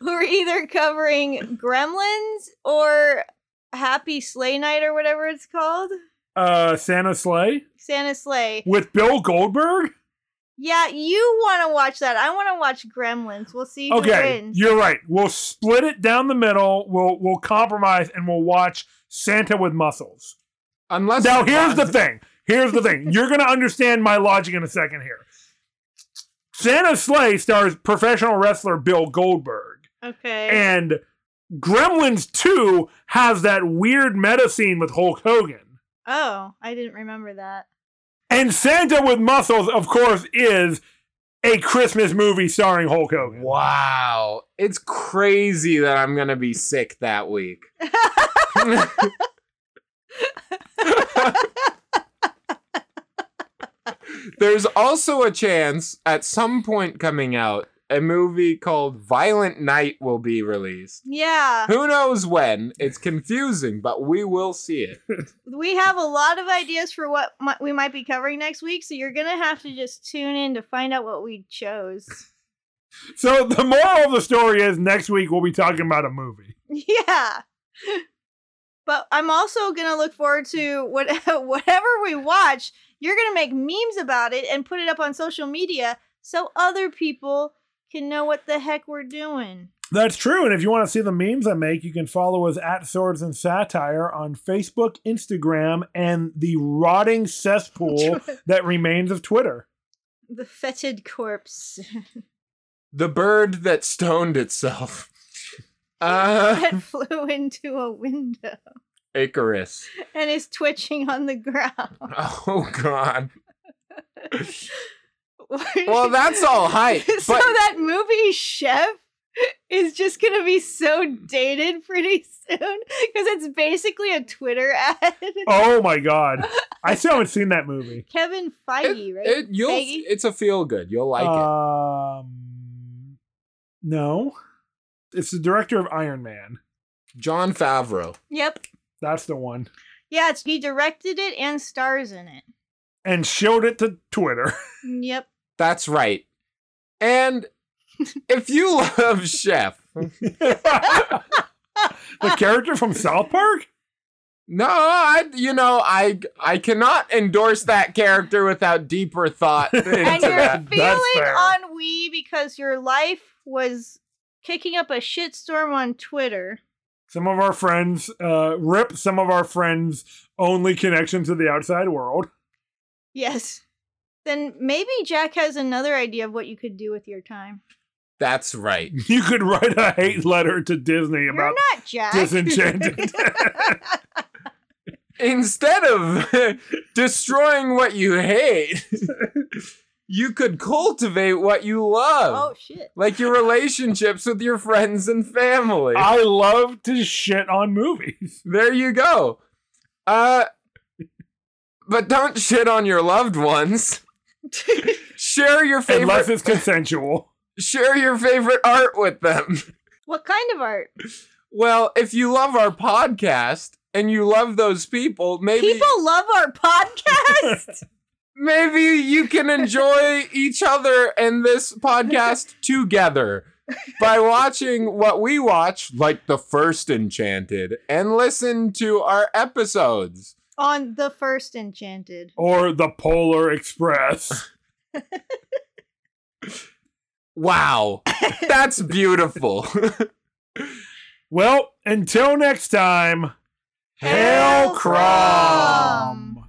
we're either covering Gremlins or Happy Sleigh Night or whatever it's called,
Uh, Santa Slay
Santa Sleigh.
with Bill Goldberg.
Yeah, you want to watch that. I want to watch Gremlins. We'll see who
Okay,
wins.
you're right. We'll split it down the middle. We'll we'll compromise and we'll watch Santa with muscles.
Unless
Now here's the thing. Here's the thing. You're gonna understand my logic in a second here. Santa Slay stars professional wrestler Bill Goldberg.
Okay.
And Gremlins 2 has that weird meta scene with Hulk Hogan.
Oh, I didn't remember that.
And Santa with Muscles, of course, is a Christmas movie starring Hulk Hogan.
Wow. It's crazy that I'm going to be sick that week. There's also a chance at some point coming out, a movie called Violent Night will be released.
Yeah,
Who knows when? It's confusing, but we will see it.
we have a lot of ideas for what mi- we might be covering next week, so you're gonna have to just tune in to find out what we chose.
So the moral of the story is next week we'll be talking about a movie.
Yeah. But I'm also gonna look forward
Mm.
to what whatever we watch. You're gonna make memes about it and put it up on social media so other people can know what the heck we're doing.
That's true. And if you want to see the memes I make, you can follow us at Swords and Satire on Facebook, Instagram, and the rotting cesspool that remains of Twitter.
The fetid corpse.
The bird that stoned itself. Uh,
that flew into a window
Icarus.
and is twitching on the ground.
Oh, God. Well, that's all hype.
so
But
that movie Chef is just gonna be so dated pretty soon because it's basically a Twitter ad.
Oh my God. I still haven't seen that movie.
Kevin
it,
Feige, right?
it- you'll,
Feige?
it's a feel good. You'll like
Uh.
it.
Um, no. It's the director of Iron Man.
John Favreau.
Yep.
That's the one.
Yeah, it's, he directed it and stars in it.
And showed it to Twitter.
Yep.
That's right. And if you love Chef,
the character from South Park?
no, I you know I I cannot endorse that character without deeper thought. Into
And you're
that.
That's
feeling
fair.
on we because your life was kicking up a shitstorm on Twitter.
Some of our friends, uh, rip some of our friends' only connection to the outside world.
Yes. Then maybe Jack has another idea of what you could do with your time.
That's right.
You could write a hate letter to Disney
You're
about
not Jack.
Disenchanted.
Instead of destroying what you hate, you could cultivate what you love.
Oh shit.
Like your relationships with your friends and family.
I love to shit on movies.
there you go. Uh but don't shit on your loved ones. share your favorite
Unless it's consensual.
share your favorite art with them.
what kind of art?
Well, if you love our podcast and you love those people, maybe
People love our podcast.
maybe you can enjoy each other and this podcast together by watching what we watch, like the first Enchanted, and listen to our episodes.
On the first Enchanted.
Or the Polar Express.
Wow, that's beautiful.
Well, until next time,
Hail Crumb.